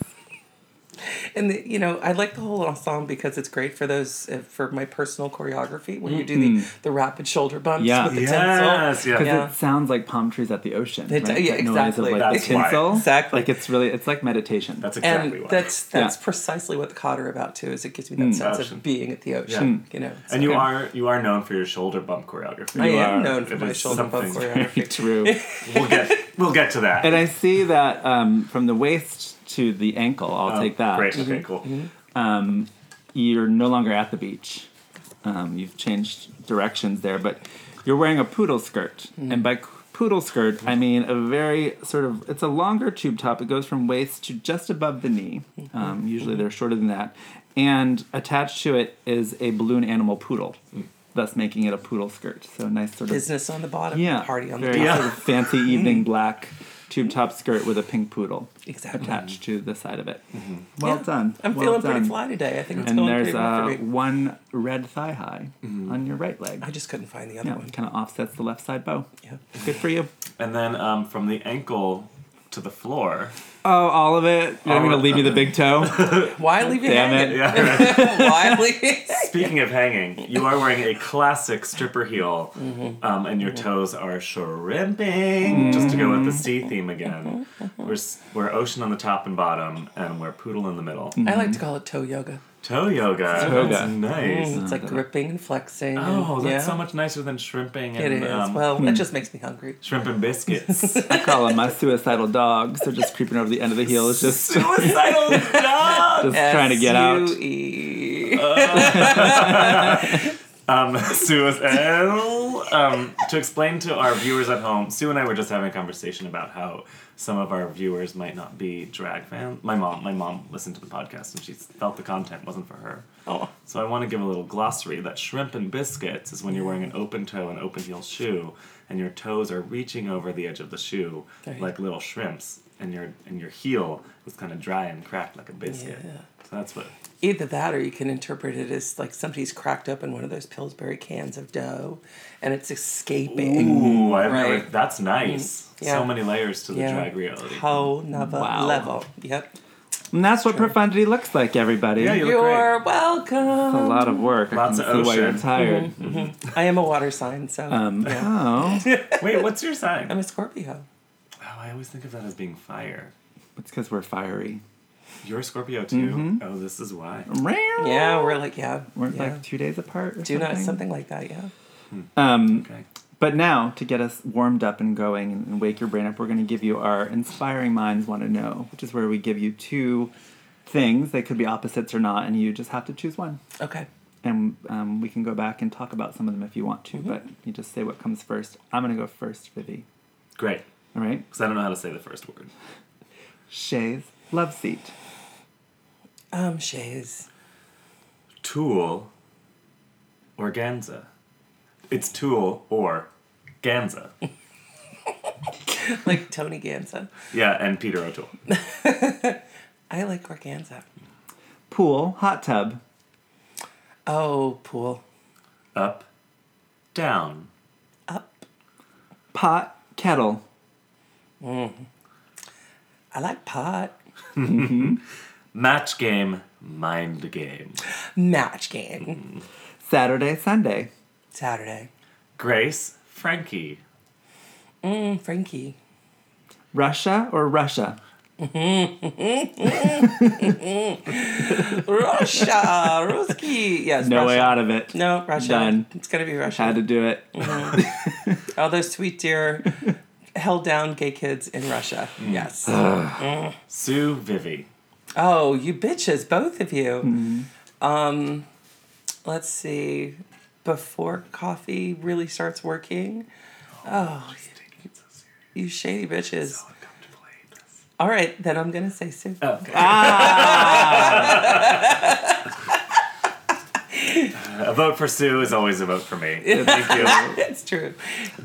S6: And the, you know, I like the whole ensemble because it's great for those uh, for my personal choreography when you do the, the rapid shoulder bumps
S1: Yeah.
S6: with the
S2: Yes,
S6: tinsel.
S2: yeah.
S1: Because
S6: Yeah.
S1: it sounds like palm trees at the ocean.
S6: It-
S1: right?
S6: yeah,
S1: That noise
S6: exactly.
S1: Of, like,
S2: That's
S1: the
S2: why.
S1: tinsel.
S6: Exactly.
S1: Like it's really, it's like meditation.
S2: That's
S6: And
S2: exactly what.
S6: that's that's
S1: Yeah.
S6: precisely what the cod are about too. Is it gives me that sense
S2: Ocean.
S6: of being at the ocean. You know,
S2: and you
S1: Okay.
S2: are you are known for your shoulder bump choreography.
S6: I
S1: you
S6: am
S1: are-
S6: known for
S2: it
S6: my
S2: is
S6: shoulder bump
S2: something.
S1: [laughs]
S6: choreography. [laughs]
S1: true.
S2: [laughs] we'll get we'll get to that.
S1: and I see that um, from the waist to the ankle. I'll
S2: Um,
S1: take that. Mm-hmm.
S2: Great. Okay. Cool.
S6: Mm-hmm.
S1: Um, you're no longer at the beach. Um, you've changed directions there, but you're wearing a poodle skirt, and by c- poodle skirt, I mean a very sort of it's a longer tube top. It goes from waist to just above the knee. Um, usually they're shorter than that, and attached to it is a balloon animal poodle, thus making it a poodle skirt. So nice sort of
S6: Business on the bottom,
S1: yeah,
S6: party on the
S1: very
S6: top.
S1: sort of
S6: [laughs]
S1: fancy evening black tube top skirt with a pink poodle
S6: Exactly.
S1: attached to the side of it.
S2: Mm-hmm.
S1: Well
S6: Yeah.
S1: done.
S6: I'm
S1: well
S6: feeling
S1: done.
S6: pretty fly today. I think it's
S1: And
S6: going
S1: there's
S6: pretty well
S1: uh,
S6: for me.
S1: one red thigh high
S2: Mm-hmm.
S1: on your right leg.
S6: I just couldn't find the other
S1: yeah,
S6: one.
S1: kind of offsets the left side bow.
S6: Yeah.
S1: Good for you.
S2: And then um, from the ankle to the floor.
S1: Oh, all of it. You're
S2: All
S1: going to
S2: of
S1: leave me the big toe.
S2: [laughs]
S6: Why leave it
S1: Damn
S6: hanging?
S1: it.
S2: Yeah.
S6: Why leave it?
S2: Speaking of hanging, you are wearing a classic stripper heel,
S6: Mm-hmm.
S2: um, and your toes are shrimping. Just to go with the
S1: Mm-hmm.
S2: sea theme again,
S6: Mm-hmm.
S2: we're s- we're ocean on the top and bottom, and we're poodle in the middle.
S6: I like to call it toe yoga. Mm,
S2: Toe yoga.
S1: Mm. Toe
S2: That's
S1: yoga.
S2: nice.
S6: It's like gripping and flexing. and-
S2: Oh, that's
S6: yeah.
S2: so much nicer than shrimping
S6: It
S2: and
S6: is.
S2: um,
S6: well, that just makes me hungry.
S2: shrimp and
S6: [laughs]
S2: biscuits.
S1: I call him my suicidal dog. So just creeping over the end of the heel is
S6: [laughs]
S1: just, just [laughs]
S2: Suicidal dog.
S1: trying to get out.
S6: S-U-E.
S2: Um, Sue is L. Um, to explain to our viewers at home, Sue and I were just having a conversation about how some of our viewers might not be drag fans. My mom, my mom listened to the podcast and she felt the content wasn't for her.
S6: Oh.
S2: So I want to give a little glossary that shrimp and biscuits is when you're wearing an open toe and open heel shoe, and your toes are reaching over the edge of the shoe
S6: Right.
S2: like little shrimps, and your and your heel is kind of dry and cracked like a biscuit.
S6: Yeah.
S2: So that's what.
S6: Either that or you can interpret it as like somebody's cracked open one of those Pillsbury cans of dough and it's escaping.
S2: Ooh, I've never-
S6: Right. Mm,
S2: that's nice.
S6: Yeah.
S2: So many layers to the
S6: Yeah.
S2: drag reality.
S6: Whole nother
S1: Wow.
S6: level. Yep.
S1: And that's what profundity looks like, everybody.
S2: Yeah, you look
S6: You're
S2: great.
S1: a
S6: welcome.
S1: lot of work.
S2: Lots
S1: I
S2: of
S1: can see why you're
S2: ocean.
S1: tired.
S6: Mm-hmm. I am a water sign, so
S1: Um,
S6: [laughs] yeah.
S1: Oh,
S2: Wait, what's your
S6: [laughs]
S2: sign?
S6: I'm
S2: Oh,
S6: a Scorpio.
S2: I always think of that as being fire.
S1: it's because we're fiery.
S2: You're a Scorpio too.
S6: Mm-hmm.
S2: Oh, this is why.
S6: Yeah, we're like yeah.
S1: Weren't
S6: yeah.
S1: like two days apart. Or
S6: Do not something like that, yeah. Mm-hmm.
S1: Um,
S2: Okay.
S1: But now, to get us warmed up and going and, and wake your brain up, we're going to give you our Inspiring Minds Want to Know, which is where we give you two things. They could be opposites or not, and you just have to choose one.
S6: Okay.
S1: And um, we can go back and talk about some of them if you want
S6: Mm-hmm.
S1: to, but you just say what comes first. I'm going to go first, Vivi.
S2: Great.
S1: All right?
S2: Because I don't know how to say the first word.
S1: Shay's Love Seat.
S6: Um Shays.
S5: [laughs]
S2: Tool.
S6: [laughs]
S2: Organza. It's tool or ganza.
S6: like Tony Ganza.
S2: Yeah, and Peter O'Toole.
S6: I like organza.
S5: Pool, hot tub.
S6: Oh, pool.
S2: Up, down,
S6: Up.
S5: pot, kettle,
S6: I like pot.
S2: match game, mind game.
S6: Match game.
S5: Saturday, Sunday,
S6: Saturday.
S2: Grace, Frankie,
S6: Mm, Frankie.
S5: Russia or Russia, [laughs]
S6: Russia. Ruski. Yes.
S5: no
S6: Russia.
S5: way out of it.
S6: No, Russia.
S5: Done.
S6: It's going to be Russia.
S5: Had to do it.
S6: All those
S5: [laughs]
S6: sweet dear held down gay kids in Russia.
S5: Mm.
S6: Yes.
S2: Sue Vivi.
S6: Oh, you bitches, both of you.
S5: Mm-hmm.
S6: Um, let's see. Before coffee really starts working. Oh, you, you shady bitches. All right, then I'm gonna say Sue.
S2: A vote for Sue is always a vote for
S5: [laughs]
S2: me. Thank you.
S6: [laughs] It's true.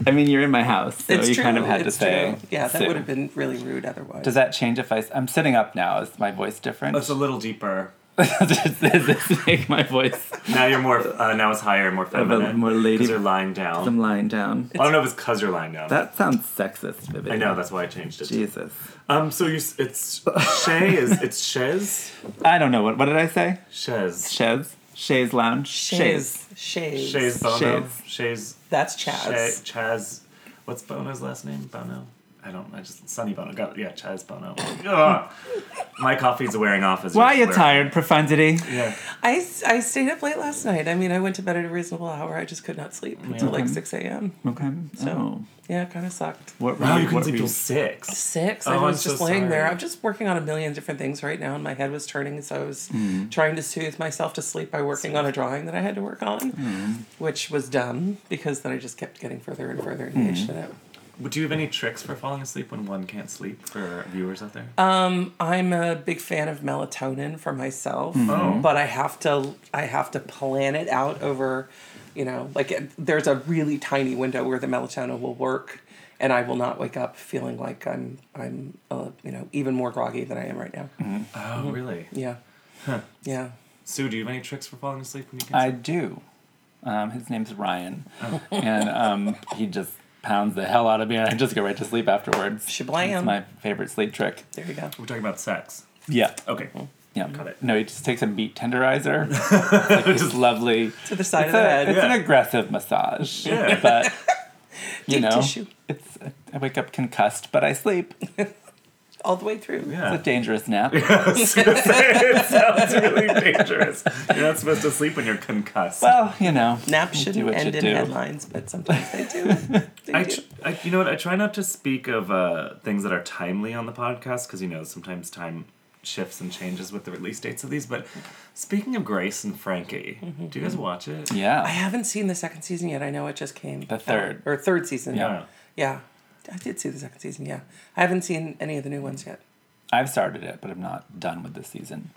S5: I mean, you're in my house, so
S6: it's
S5: Oh, you
S6: true.
S5: kind of had
S6: it's
S5: to say.
S6: True. Yeah, that
S5: Sue.
S6: would have been really rude otherwise.
S1: Does that change if I? s- I'm sitting up now. Is my voice
S5: [laughs]
S1: different?
S2: That's a little deeper.
S5: Does this make my voice?
S2: Now you're more. Uh, now it's higher and more feminine.
S5: more lady-
S2: Because you're lying down.
S5: I'm lying down.
S2: I don't know if it's because you're lying down.
S5: That sounds sexist, Vivian.
S2: I know. That's why I changed it.
S5: Jesus.
S2: Um. So you. s- It's Shay. Is it's Shez?
S5: I don't know what. What did I say?
S2: Shez.
S5: Chez. Chaise Lounge.
S6: Shays. Shays.
S2: Shay's Bono.
S5: Shays.
S2: Shay's.
S6: That's
S2: Shay,
S6: Chaz.
S2: Chaz. What's Bono's last name? Bono. I don't. I just Sonny Bono. Got it. yeah. Chaz Bono.
S5: [laughs]
S2: Ugh. My coffee's wearing off. As
S5: Why you
S2: wear-
S5: tired, profundity?
S2: Yeah.
S6: I, s- I stayed up late last night. I mean, I went to bed at a reasonable hour. I just could not sleep until like 6 a.m.
S5: Okay. So,
S6: Yeah, it kind of sucked.
S5: what were
S2: Wow.
S5: you-
S2: You couldn't
S5: what
S2: sleep
S5: were
S2: till
S5: you-
S2: six.
S6: six.
S2: Oh,
S6: I was
S2: I'm so
S6: just laying there.
S2: sorry.
S6: I'm just working on a million different things right now, and my head was turning, so I was trying to soothe myself to sleep by working on a drawing that I had to work on, which was dumb because then I just kept getting further and further engaged in it.
S2: Do you have any tricks for falling asleep when one can't sleep for our viewers out there?
S1: Um,
S6: I'm a big fan of melatonin for myself,
S2: Oh.
S6: but I have to I have to plan it out over, you know, like it- there's a really tiny window where the melatonin will work, and I will not wake up feeling like I'm I'm uh, you know even more groggy than I am right now.
S2: oh, really?
S6: Yeah, yeah.
S2: Sue, do you have any tricks for falling asleep when you can't
S1: I do. Um, his name's Ryan,
S6: Oh.
S1: [laughs] and um, he just pounds the hell out of me, and I just go right to sleep afterwards.
S6: Shablam.
S1: It's my favorite sleep trick.
S6: There you go.
S2: We're talking about sex.
S1: Yeah,
S2: Okay.
S1: yeah.
S2: Got it.
S1: No, he just takes a meat
S6: [laughs]
S1: tenderizer. like this lovely.
S6: To the side
S1: It's,
S6: of the
S1: a-
S6: head.
S1: it's an
S2: Yeah.
S1: aggressive massage,
S2: Yeah.
S6: [laughs]
S1: but you
S6: Deep
S1: know,
S6: tissue.
S1: it's. I wake up concussed, but I sleep. It's
S6: All the way through.
S1: a
S2: Yeah. [laughs]
S1: dangerous
S6: [laughs]
S1: nap.
S2: it sounds really dangerous. You're not supposed to sleep when you're concussed.
S1: Well, you know,
S6: Nap
S1: you do
S6: shouldn't
S1: what you
S6: end in
S1: do.
S6: headlines, but sometimes they
S1: [laughs]
S6: do. They
S2: I,
S6: do.
S2: tr- I, you know what? I try not to speak of uh, things that are timely on the podcast because you know sometimes time shifts and changes with the release dates of these. But speaking of Grace and Frankie, do you guys watch it?
S6: I
S1: Mm-hmm, Yeah,
S6: haven't seen the second season yet. I know it just came.
S1: The third.
S6: Or third season.
S1: Yeah.
S2: Yeah.
S6: Yeah. I did see the second season, yeah. I haven't seen any of the new ones yet.
S1: I've started it, but I'm not done with this season.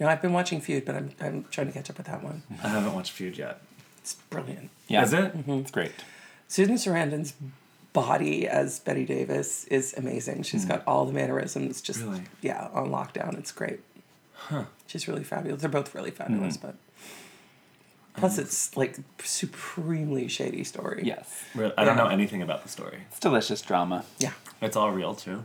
S6: No, I've been watching Feud, but I'm, I'm trying to catch up with that one.
S1: Hmm.
S2: I haven't watched Feud yet.
S6: It's brilliant.
S1: Yeah, Mm-hmm.
S2: Is it?
S1: It's great.
S6: Susan Sarandon's body as Betty Davis is amazing. She's
S1: Hmm.
S6: got all the mannerisms just,
S2: Really?
S6: yeah, on lockdown. It's great. She's really fabulous. They're both really fabulous,
S1: Hmm.
S6: but. Plus, it's like supremely shady story.
S1: Yes,
S2: Re- I don't know anything about the story.
S1: it's delicious [laughs] drama.
S6: Yeah.
S2: It's all real too.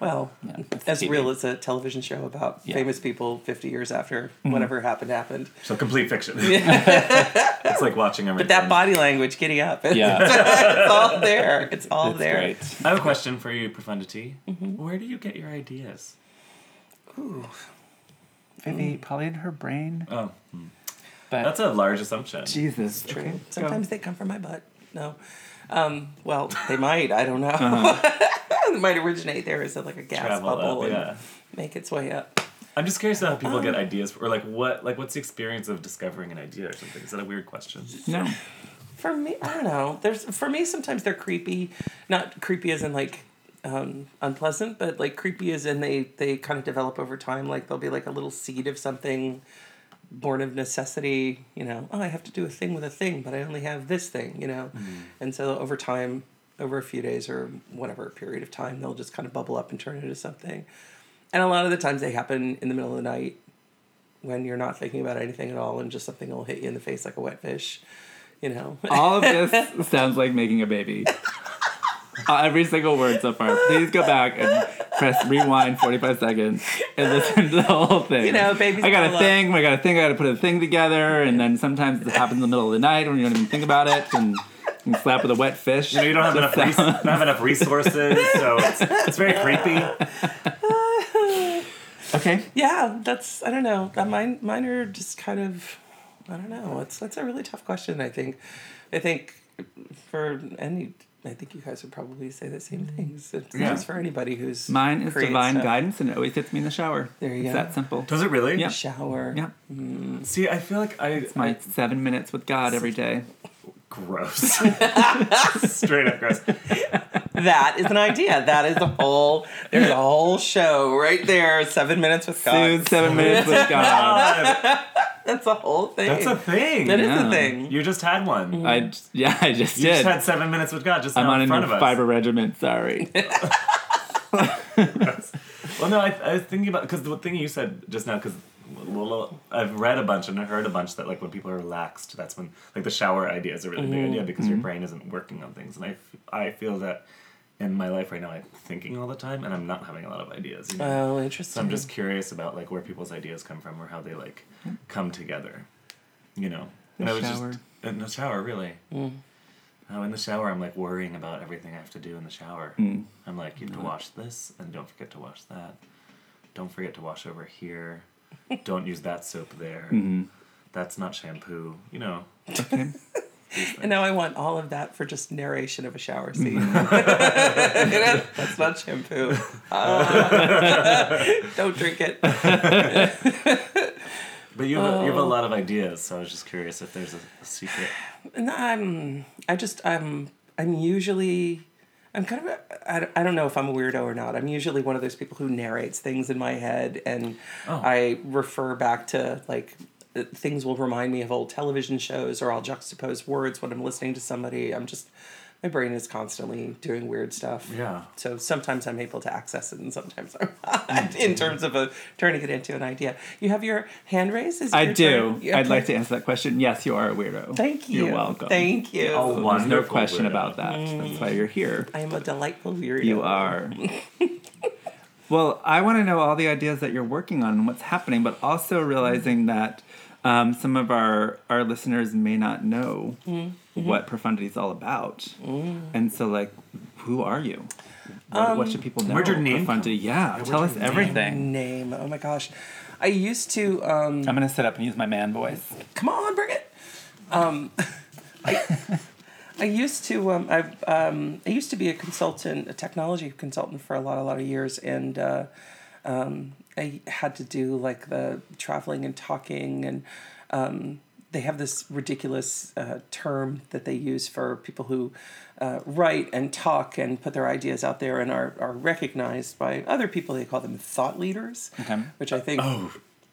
S6: Well,
S1: it's
S6: as
S1: TV.
S6: real as a television show about
S1: Yeah. Hmm.
S6: famous people 50 years after whatever happened, happened.
S2: So complete fiction. [laughs] it's like watching a.
S6: But that body language, giddy up. [laughs] It's,
S1: Yeah,
S6: all there. It's all
S1: it's
S6: there.
S1: great.
S2: I have a question for you, Profundity. Where do you get your ideas?
S1: Vivi, probably in her brain.
S2: Oh,
S1: hmm. But
S2: that's a large assumption.
S5: Jesus. Okay.
S6: Sometimes they come from my butt. No. Um, well, they might. I don't know. [laughs] it might originate there as like a gas
S2: Uh-huh. Travel
S6: bubble
S2: up,
S6: and
S2: yeah.
S6: make its way up.
S2: I'm just curious about how people get ideas, or like what, like what's the experience of discovering an idea or something? Is that a weird question?
S5: No.
S1: [laughs]
S6: For me, I don't know. There's for me sometimes they're creepy, not creepy as in like um, unpleasant, but like creepy as in they they kind of develop over time. Like there'll be like a little seed of something born of necessity. You know, oh, I have to do a thing with a thing, but I only have this thing. You know, and so over time, over a few days or whatever period of time, they'll just kind of bubble up and turn into something. And a lot of the times they happen in the middle of the night when you're not thinking about anything at all and just something will hit you in the face like a wet fish, you know.
S1: All of this sounds like making a [laughs] baby. Uh, every single word so far. Please go back and press rewind 45 seconds and listen to the whole thing.
S6: You know, babies
S1: I got
S6: grow
S1: a
S6: up.
S1: thing, I got a thing, I got to put a thing together. And then sometimes it happens in the middle of the night when you don't even think about it. And you slap with a wet fish.
S2: You know, you don't have enough, res- don't have enough resources, so it's, it's very creepy.
S1: Okay.
S6: yeah, that's I don't know. That mine mine are just kind of I don't know. It's that's a really tough question, I think. I think for any I think you guys would probably say the same things. It's
S1: Mm-hmm. Yeah.
S6: just for anybody who's
S1: Mine is
S6: creates
S1: divine
S6: stuff.
S1: guidance and it always hits me in the shower.
S6: There you
S1: it's
S6: go.
S1: that simple.
S2: Does it really?
S1: Yeah.
S6: shower.
S1: Yeah.
S2: See, I feel like I.
S1: My seven minutes with God every day.
S2: gross. Straight up gross.
S6: That is an idea. That is a whole there's a whole show right there. Seven minutes with God.
S1: Dude, seven minutes with
S6: [laughs]
S1: God.
S2: God,
S6: That's a whole thing.
S2: that's a thing.
S6: That is
S1: Yeah.
S6: a thing.
S2: You just had one. You
S1: I, j- yeah, I just Mm. did.
S2: just had seven minutes with God just
S1: I'm
S2: now
S1: on
S2: in
S1: a
S2: front
S1: new
S2: of us.
S1: fiber regiment.
S2: [laughs]
S1: Sorry.
S2: Well, no, I, I was thinking about because the thing you said just now, because well, I've read a bunch and I heard a bunch that like when people are relaxed, that's when like the shower idea is a really big idea because your brain isn't working on things, and I, f- I feel that in my life right now I'm thinking all the time and I'm not having a lot of ideas. You know?
S6: Oh, interesting.
S2: so I'm just curious about like where people's ideas come from or how they like come together, you know. and I was
S1: shower. Mm.
S2: just in the shower, really. Oh, in the shower, I'm like worrying about everything I have to do in the shower.
S1: Mm.
S2: I'm like, you have to wash this, and don't forget to wash that. Don't forget to wash over here. don't use that soap
S1: [laughs]
S2: there.
S1: Mm-hmm.
S2: That's not shampoo. You know,
S1: Okay.
S6: And now I want all of that for just narration of a shower scene. [laughs] You know, That's not shampoo. Uh, [laughs] don't drink it.
S2: but you have, a, you have a
S1: Oh.
S2: lot of ideas, so I was just curious if there's a, a secret.
S6: And I'm, I just, I'm, I'm usually, I'm kind of, a, I, I don't know if I'm a weirdo or not. I'm usually one of those people who narrates things in my head and
S1: Oh.
S6: I refer back to like, uh, things will remind me of old television shows or I'll juxtapose words when I'm listening to somebody. I'm just, my brain is constantly doing weird stuff.
S2: Yeah.
S6: So sometimes I'm able to access it and sometimes
S1: [laughs]
S6: I'm not in terms of a, turning it into an idea. You have your hand raised? Is it
S1: I
S6: your
S1: do.
S6: turn? Yeah,
S1: I'd like
S6: okay.
S1: to answer that question. Yes, you are a weirdo.
S6: Thank you.
S1: You're welcome.
S6: Thank Mm. you.
S2: Oh,
S1: There's no
S2: wonderful
S1: question
S2: weirdo.
S1: about that. That's why you're here.
S6: I am a delightful weirdo.
S1: You are. [laughs] well, I want to know all the ideas that you're working on and what's happening, but also realizing
S2: Mm-hmm.
S1: that um, some of our, our listeners may not know
S2: Mm-hmm.
S1: what profundity is all about.
S2: Mm.
S1: And so, like, who are you? What, what should people know?
S2: Um, where'd your name come
S1: Profundity. Yeah, tell us everything.
S6: Name. Oh my gosh. I used to. Um,
S1: I'm going to sit up and use my man voice.
S6: come on, bring it. Um, I, I used to. Um, I um, I used to be a consultant, a technology consultant for a lot, a lot of years, and uh, um, I had to do like the traveling and talking and. Um, they have this ridiculous uh, term that they use for people who uh, write and talk and put their ideas out there and are, are recognized by other people. They call them thought leaders,
S1: Okay.
S6: which I think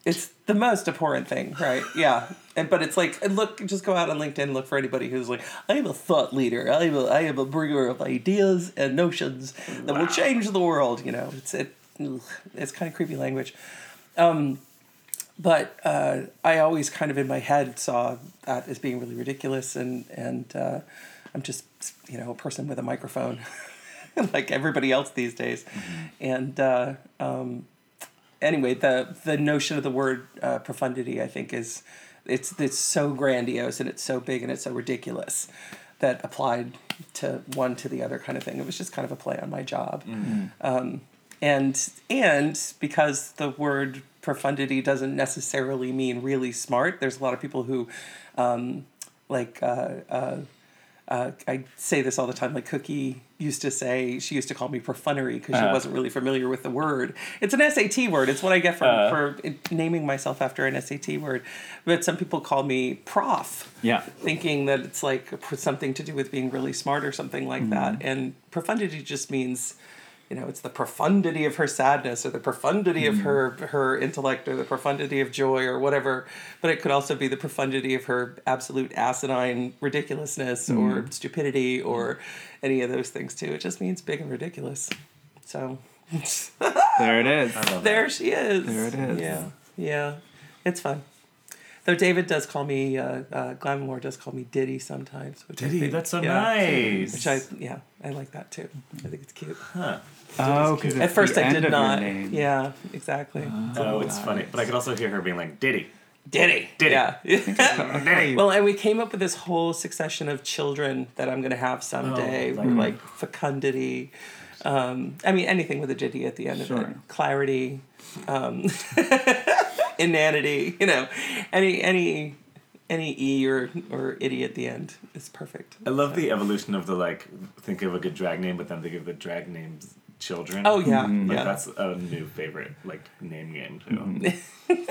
S6: it's the most abhorrent thing, right? Yeah. And, but it's like look, just go out on LinkedIn, look for anybody who's like, I am a thought leader. I am a, I am a bringer of ideas and notions that will change the world. You know, it's it, ugh, it's kind of creepy language. Um, but uh, I always kind of in my head saw that as being really ridiculous, and and uh, I'm just you know a person with a microphone, [laughs] like everybody else these days, and. Uh, anyway, the the notion of the word uh, profundity, I think, is it's it's so grandiose and it's so big and it's so ridiculous that applied to one to the other kind of thing. It was just kind of a play on my job, um, and and because the word profundity doesn't necessarily mean really smart. There's a lot of people who, um, like. Uh, uh, I say this all the time. Like Cookie used to say, she used to call me profunnery because she wasn't really familiar with the word. It's an SAT word. It's what I get for for naming myself after an SAT word. But some people call me prof,
S1: Yeah.
S6: thinking that it's like something to do with being really smart or something like that. And profundity just means you know, it's the profundity of her sadness or the profundity of her her intellect or the profundity of joy or whatever. But it could also be the profundity of her absolute asinine ridiculousness or stupidity or any of those things too. It just means big and ridiculous. So
S5: There it is.
S6: there she is.
S5: There it is.
S6: Yeah, yeah, it's fun. Though David does call me, uh, uh, Glamour does call me Diddy sometimes. Which I
S2: Diddy,
S6: think-
S2: that's so
S6: yeah.
S2: nice.
S6: Which I yeah, I like that too. I think it's cute.
S5: Oh, because
S6: At first, I did not. Yeah, exactly.
S2: Oh, it's funny. But I could also hear her being like, Diddy.
S6: Diddy.
S2: Diddy.
S6: Yeah. [laughs]
S2: Diddy.
S6: well, and we came up with this whole succession of children that I'm going to have someday,
S2: Oh,
S6: like, like fecundity. Um, I mean, anything with a diddy at the end of
S5: Sure.
S6: it. Clarity, um, [laughs] inanity. You know, any any any e or or itty at the end is perfect.
S2: I love the evolution of the like, think of a good drag name, but then think of the drag name's children.
S6: Oh yeah,
S2: Mm-hmm. Like,
S6: yeah. Mm-hmm.
S2: That's a new favorite, like, name game, too.
S6: [laughs]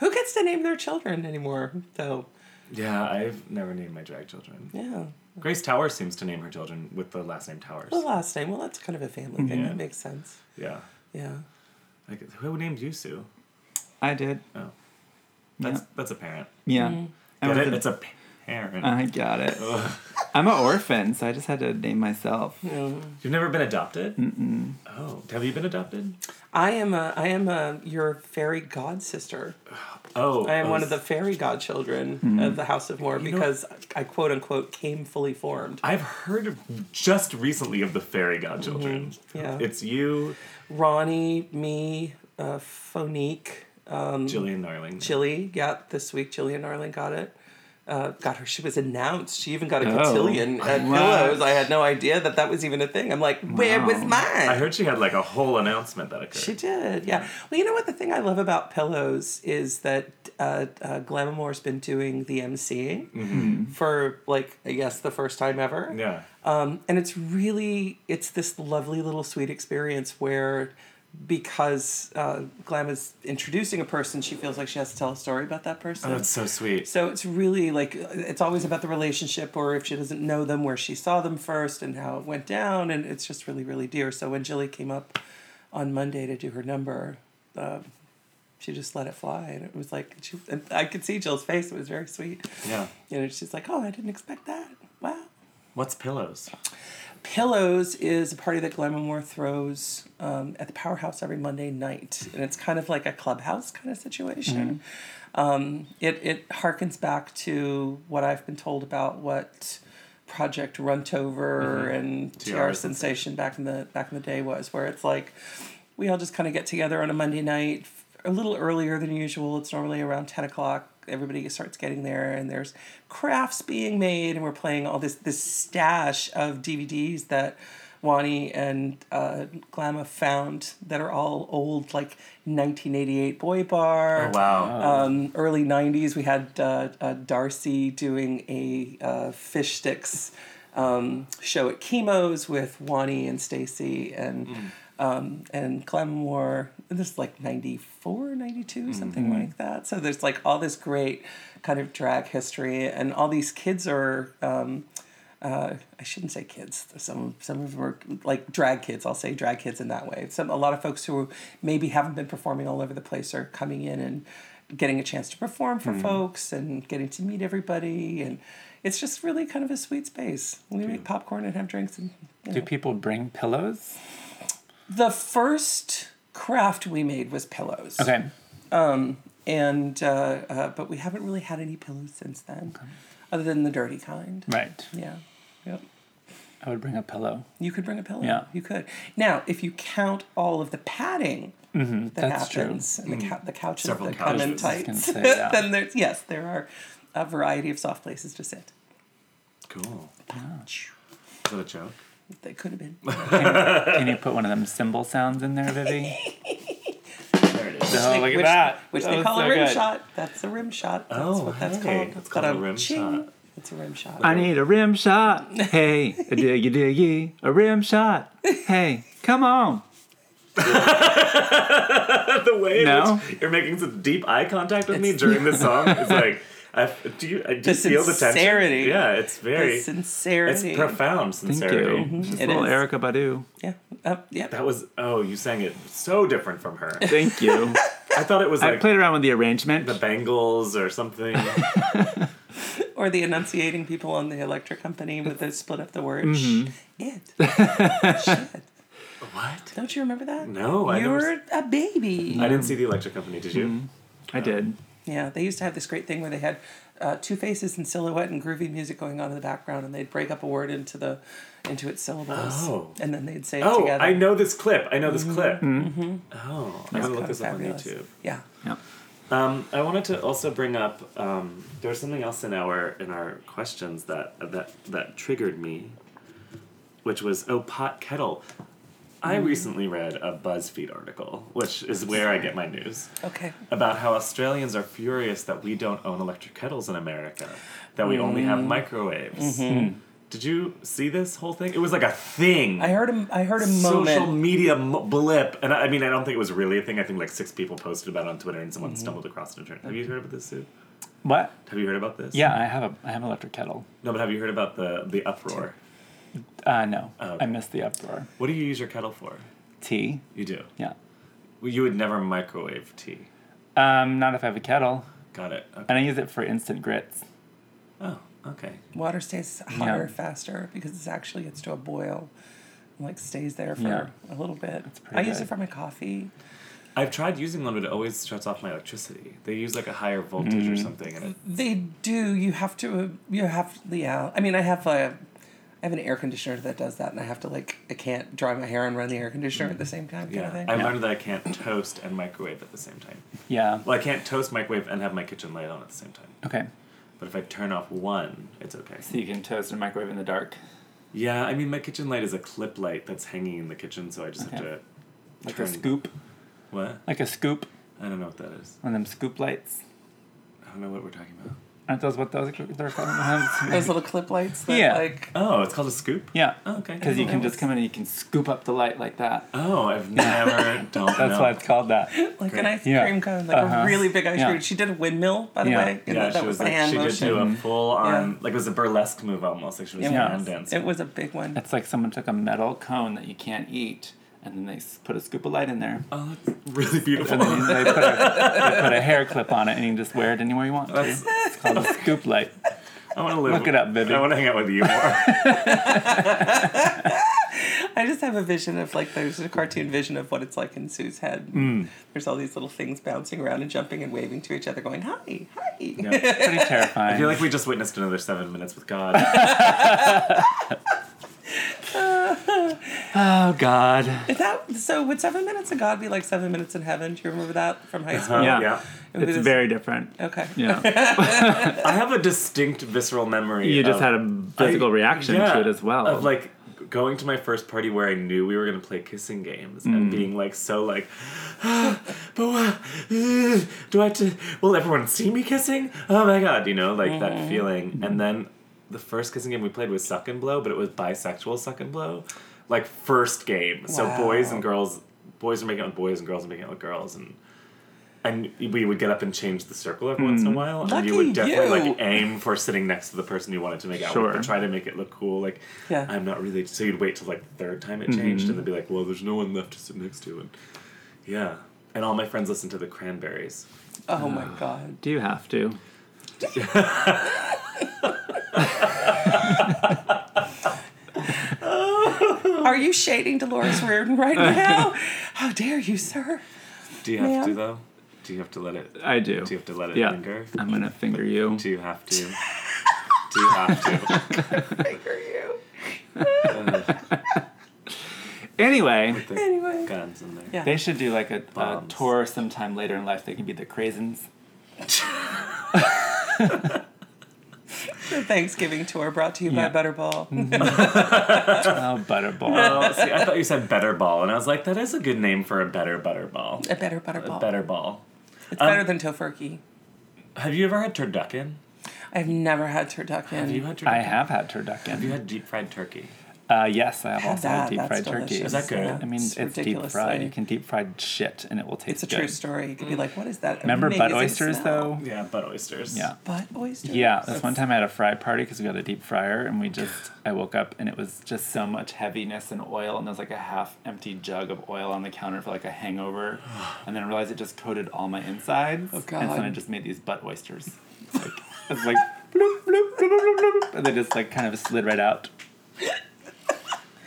S6: Who gets to name their children anymore, though?
S2: Yeah, I've never named my drag children.
S6: Yeah.
S2: Grace Towers seems to name her children with the last name Towers.
S6: The last name. Well, that's kind of a family thing.
S2: Yeah.
S6: That makes sense.
S2: Yeah.
S6: Yeah.
S2: Like, who named you Sue?
S5: I did.
S2: Oh. That's, that's a parent.
S5: Yeah.
S2: Mm.
S5: I
S2: Get
S5: was
S2: it?
S5: a-
S2: It's a parent.
S6: Uh-huh.
S5: I got it. I'm an orphan, so I just had to name myself.
S2: You've never been adopted? Mm-mm. Oh, have you been adopted?
S6: I am a I am a your fairy god sister.
S2: Oh,
S6: I am
S2: oh,
S6: one of the fairy godchildren of the House of Moore
S2: Hmm. know-
S6: because I quote unquote came fully formed.
S2: I've heard just recently of the fairy godchildren.
S6: Mm-hmm. Yeah.
S2: It's you,
S6: Ronnie, me, uh, Phonique, Um,
S2: Jillian Narling.
S6: Chili. Yeah, this week Jillian Arlen got it. Uh, got her. She was announced. She even got a
S5: Oh.
S6: cotillion at
S5: Wow.
S6: Pillows. I had no idea that that was even a thing. I'm like, where was
S5: Wow.
S6: mine?
S2: I heard she had like a whole announcement that occurred.
S6: She did, yeah. Well, you know what? The thing I love about Pillows is that uh, uh, Glamour's been doing the MCing for like I guess the first time ever,
S2: Mm-hmm. yeah.
S6: um, and it's really it's this lovely little sweet experience where because uh, Glam is introducing a person, she feels like she has to tell a story about that person.
S2: Oh, that's so sweet.
S6: So it's really like it's always about the relationship, or if she doesn't know them, where she saw them first and how it went down, and it's just really, really dear. So when Jilly came up on Monday to do her number, um, she just let it fly, and it was like she, and I could see Jill's face; it was very sweet.
S2: Yeah.
S6: You know, she's like, "Oh, I didn't expect that. Wow."
S2: What's pillows?
S6: Pillows is a party that Glamour throws um, at the Powerhouse every Monday night, and it's kind of like a clubhouse kind of situation. Um, it it harkens back to what I've been told about what Project Runtover and
S2: TR
S6: TR Sensation back in the back in the day was, where it's like we all just kind of get together on a Monday night f- a little earlier than usual. It's normally around 10 o'clock. Everybody starts getting there, and there's crafts being made, and we're playing all this this stash of DVDs that Wani and uh, Glama found that are all old, like 1988 Boy Bar.
S2: Oh, wow.
S6: Um, early 90s, we had uh, uh, Darcy doing a uh, fish sticks um, show at Chemo's with Wani and Stacy and
S2: Hmm.
S6: um, and Glenmore. And This is like 94, 92,
S2: Hmm.
S6: something like that. So there's like all this great kind of drag history, and all these kids are. Um, uh, I shouldn't say kids. Some some of them are like drag kids. I'll say drag kids in that way. Some a lot of folks who maybe haven't been performing all over the place are coming in and getting a chance to perform for folks and getting to meet everybody and it's just really kind of a sweet space. We make popcorn and have drinks and you
S1: Do
S6: know.
S1: people bring pillows?
S6: the first craft we made was pillows.
S1: Okay.
S6: And uh, uh, but we haven't really had any pillows since then, other than the dirty kind.
S1: Right.
S6: Yeah. Yep.
S1: I would bring a pillow.
S6: You could bring a pillow.
S1: Yeah.
S6: You could. Now, if you count all of the padding that
S1: Mm-hmm. that's true.
S6: happens, and the, cou- the couches
S2: Mm-hmm. Several
S6: that come in
S2: couches, I
S1: was gonna
S6: tights,
S1: say, yeah.
S6: [laughs] then there's, yes, there are a variety of soft places to sit.
S2: cool. Is that a joke?
S6: That could have been.
S2: Oh,
S1: Can you put one of them cymbal sounds in there, Vivi?
S2: There it is.
S1: Oh, look
S6: which,
S1: at that.
S6: Which
S1: That
S6: they
S1: was
S6: call
S1: so
S6: a rim
S1: good.
S6: shot. That's a rim shot. That's
S2: Oh,
S6: what that's
S2: hey,
S6: called.
S2: it's called a rim
S6: Ba-dum-ching.
S2: shot.
S6: It's a rim shot.
S5: I need a rim shot. Hey, a diggy diggy, a rim shot. Hey, come on.
S2: the way in
S5: No.
S2: which you're making such deep eye contact with me during this song is like, I, do you, I do feel the tension?
S6: sincerity.
S2: Yeah, it's very.
S6: The sincerity.
S2: It's profound
S5: Thank
S2: sincerity.
S1: Mm-hmm.
S5: you. Just
S6: It
S5: little
S6: is.
S5: Erica Badu.
S6: Yeah. Uh, yeah.
S2: That was oh, you sang it so different from her.
S5: Thank
S1: [laughs]
S5: you.
S2: I thought it was
S5: I
S2: like
S5: played around with the arrangement.
S2: the Bengals or something.
S6: Or the enunciating people on the electric company with the split up the word.
S2: Mm-hmm.
S6: It. Shit.
S2: what?
S6: Don't you remember that?
S2: No, I
S6: You
S2: never s-
S6: were a baby.
S2: I didn't see the Electric Company. Did you?
S5: I did.
S6: Yeah, they used to have this great thing where they had uh, two faces in silhouette and groovy music going on in the background, and they'd break up a word into the into its syllables,
S2: Oh.
S6: and then they'd say it
S2: Oh,
S6: together. Mm-hmm.
S2: I know this clip. I know this clip. Oh, I'm gonna look
S6: Kind of
S2: this up on
S6: fabulous.
S2: YouTube.
S6: Yeah,
S5: Yep.
S2: Um, I wanted to also bring up um, there was something else in our in our questions that that that triggered me, which was oh pot kettle. I
S6: Mm-hmm.
S2: recently read a BuzzFeed article, which is where I get my news,
S6: okay.
S2: about how Australians are furious that we don't own electric kettles in America, that we only
S6: Mm.
S2: have microwaves. Did you see this whole thing? It was like a thing
S6: Mm-hmm. I heard a, I heard a
S2: social
S6: moment.
S2: media m- blip. And I, I mean, I don't think it was really a thing. I think like six people posted about it on Twitter and
S6: Mm-hmm.
S2: someone stumbled across it. on Twitter. Have you heard about this, Sue?
S1: What?
S2: Have you heard about this?
S1: Yeah, I have a I have an electric kettle.
S2: No, but have you heard about the the uproar?
S1: Uh, no,
S2: okay.
S1: I missed the uproar.
S2: What do you use your kettle for?
S1: Tea.
S2: You do.
S1: Yeah.
S2: Well, You would never microwave tea.
S1: Um, not if I have a kettle,
S2: Got it. Okay.
S1: and I use it for instant grits.
S2: Oh, okay.
S6: Water stays hotter faster because it actually gets to a boil, and, like stays there for
S1: Yeah.
S6: a little bit. I
S1: pretty
S6: use it
S1: good.
S6: for my coffee.
S2: I've tried using one, but it always shuts off my electricity. They use like a higher voltage or
S6: Mm.
S2: something, and it,
S6: They do. You have to. You have. Yeah. I mean, I have a. I have an air conditioner that does that, and I have to like. I can't dry my hair and run the air conditioner at the same time. Kind
S2: yeah.
S6: of thing.
S2: I learned that I can't toast and microwave at the same time.
S1: Yeah.
S2: Well, I can't toast, microwave, and have my kitchen light on at the same time.
S1: Okay.
S2: But if I turn off one, it's okay.
S5: So you can toast and microwave in the dark.
S2: Yeah, I mean, my kitchen light is a clip light that's hanging in the kitchen, so I just have
S1: Okay.
S2: to.
S1: Like
S2: turn-
S1: a scoop,
S2: What?
S1: like a scoop,
S2: I don't know what that is.
S1: one of them scoop lights.
S2: I don't know what we're talking about.
S1: Aren't those what those
S5: [laughs]
S1: they're called?
S6: Those little clip lights. That,
S1: Yeah.
S6: Like
S2: Oh, it's called a scoop?
S1: yeah.
S2: Oh, okay.
S1: Because you can just come in and you can scoop up the light like that.
S2: Oh, I've never. don't
S1: That's
S2: know.
S1: why it's called that.
S6: like an
S2: Great.
S6: ice
S1: Yeah.
S6: cream cone, like a
S1: Uh-huh.
S6: really big ice
S1: Yeah.
S6: cream. She did a windmill, by the
S1: Yeah.
S6: way. and
S2: Yeah,
S6: that
S2: she was
S6: was the
S2: like,
S6: hand
S2: she did do
S6: motion.
S2: a full on,
S6: Yeah.
S2: like it was a burlesque move almost. Like she was
S6: It
S2: yeah. hand
S6: was.
S2: dancing.
S6: It was a big one.
S5: It's like someone took a metal cone that you can't eat, and then they s- put a scoop of light in there.
S2: Oh, that's really
S5: And
S1: [laughs]
S2: beautiful.
S5: then they put, a, they put a hair clip on it, and you can just wear it anywhere you want. To.
S2: That's-
S5: It's called a scoop light.
S2: I want to live.
S5: Look it up, Vivi.
S2: I want to hang out with you more.
S6: I just have a vision of like there's a cartoon vision of what it's like in Sue's head.
S1: Mm.
S6: There's all these little things bouncing around and jumping and waving to each other, going hi, hi.
S2: Yeah.
S5: Pretty terrifying.
S2: I feel like we just witnessed another seven minutes with God.
S5: oh God.
S6: Is that so? Would seven minutes in God be like seven minutes in heaven? Do you remember that from high
S1: Uh-huh.
S6: school?
S5: Yeah.
S2: Oh, yeah.
S6: It was
S5: It's
S6: this-
S5: very different.
S6: okay.
S2: [laughs]
S5: Yeah.
S2: I have a distinct visceral memory.
S5: You just
S2: of-
S5: had a physical
S2: Oh. I-
S5: reaction
S2: yeah,
S5: to it as well.
S2: Of like going to my first party where I knew we were gonna play kissing games
S5: Mm.
S2: and being like so like, [gasps] but what? uh, do I have to? Will everyone see me kissing? Oh my god! You know like
S6: Mm.
S2: that feeling. And then the first kissing game we played was suck and blow, but it was bisexual suck and blow, like first game. So
S6: Wow.
S2: boys and girls, boys are making out with boys and girls are making out with girls and. And we would get up and change the circle every once in
S5: Mm.
S2: a while, and you
S6: Lucky
S2: would definitely
S6: you.
S2: like aim for sitting next to the person you wanted to make out with,
S5: Sure.
S2: but try to make it look cool. Like,
S6: Yeah.
S2: I'm not really. So you'd wait till like the third time it changed, and then be like, "Well, there's no one left to sit next to," and yeah. And all my friends listened to the Cranberries.
S6: Oh my God.
S5: Do you have to?
S6: Are you shading Dolores
S1: [laughs]
S6: Reardon right now? How dare you, sir?
S2: Do you have to
S6: Ma'am?
S2: though? Do you have to let it?
S5: I do.
S2: Do you have to let it
S5: Yeah.
S2: linger?
S5: I'm gonna finger you.
S2: Do you have to? do you have to?
S6: Are you?
S5: Anyway,
S2: The
S6: Anyway.
S2: guns in there.
S6: Yeah.
S5: they should do like a, a
S2: Bombs.
S5: tour sometime later in life. They can be the crazins.
S6: The Thanksgiving tour brought to you
S5: Yeah.
S6: by
S1: Mm.
S6: Butterball.
S5: Oh, butterball.
S2: Oh, see, I thought you said better ball, and I was like, that is a good name for a better butter ball.
S6: A better
S2: A
S6: Butterball.
S2: better ball.
S6: It's
S1: Um,
S6: better than Tofurkey.
S2: Have you ever had turducken?
S6: I've never had
S2: Have you
S6: turducken.
S2: had turducken?
S5: I have had
S2: You
S5: turducken.
S2: had deep fried turkey.
S1: Uh, yes, I have also
S6: that,
S1: had deep
S6: that's
S1: fried turkey.
S6: delicious.
S2: Is that good?
S6: Yeah,
S1: I mean, it's, deep
S6: ridiculously-
S1: fried. You can deep fried shit, and it will taste.
S6: It's a
S1: good.
S6: true story. You could be like, what is that?
S1: Remember butt
S6: amazing
S1: oysters
S6: smell?
S1: though?
S2: Yeah, butt oysters.
S1: Yeah.
S6: Butt oysters.
S1: Yeah, this one time I had a fry party because we got a deep fryer, and we just I woke up and it was just so much heaviness and oil, and there was like a half empty jug of oil on the counter for like a hangover,
S6: [sighs]
S1: and then I realized it just coated all my insides, and so then I
S6: Oh, God.
S1: just made these butt oysters. Like it's like bloop, bloop, bloop, bloop, bloop, bloop, and they just like kind of slid right
S6: [sighs]
S1: out.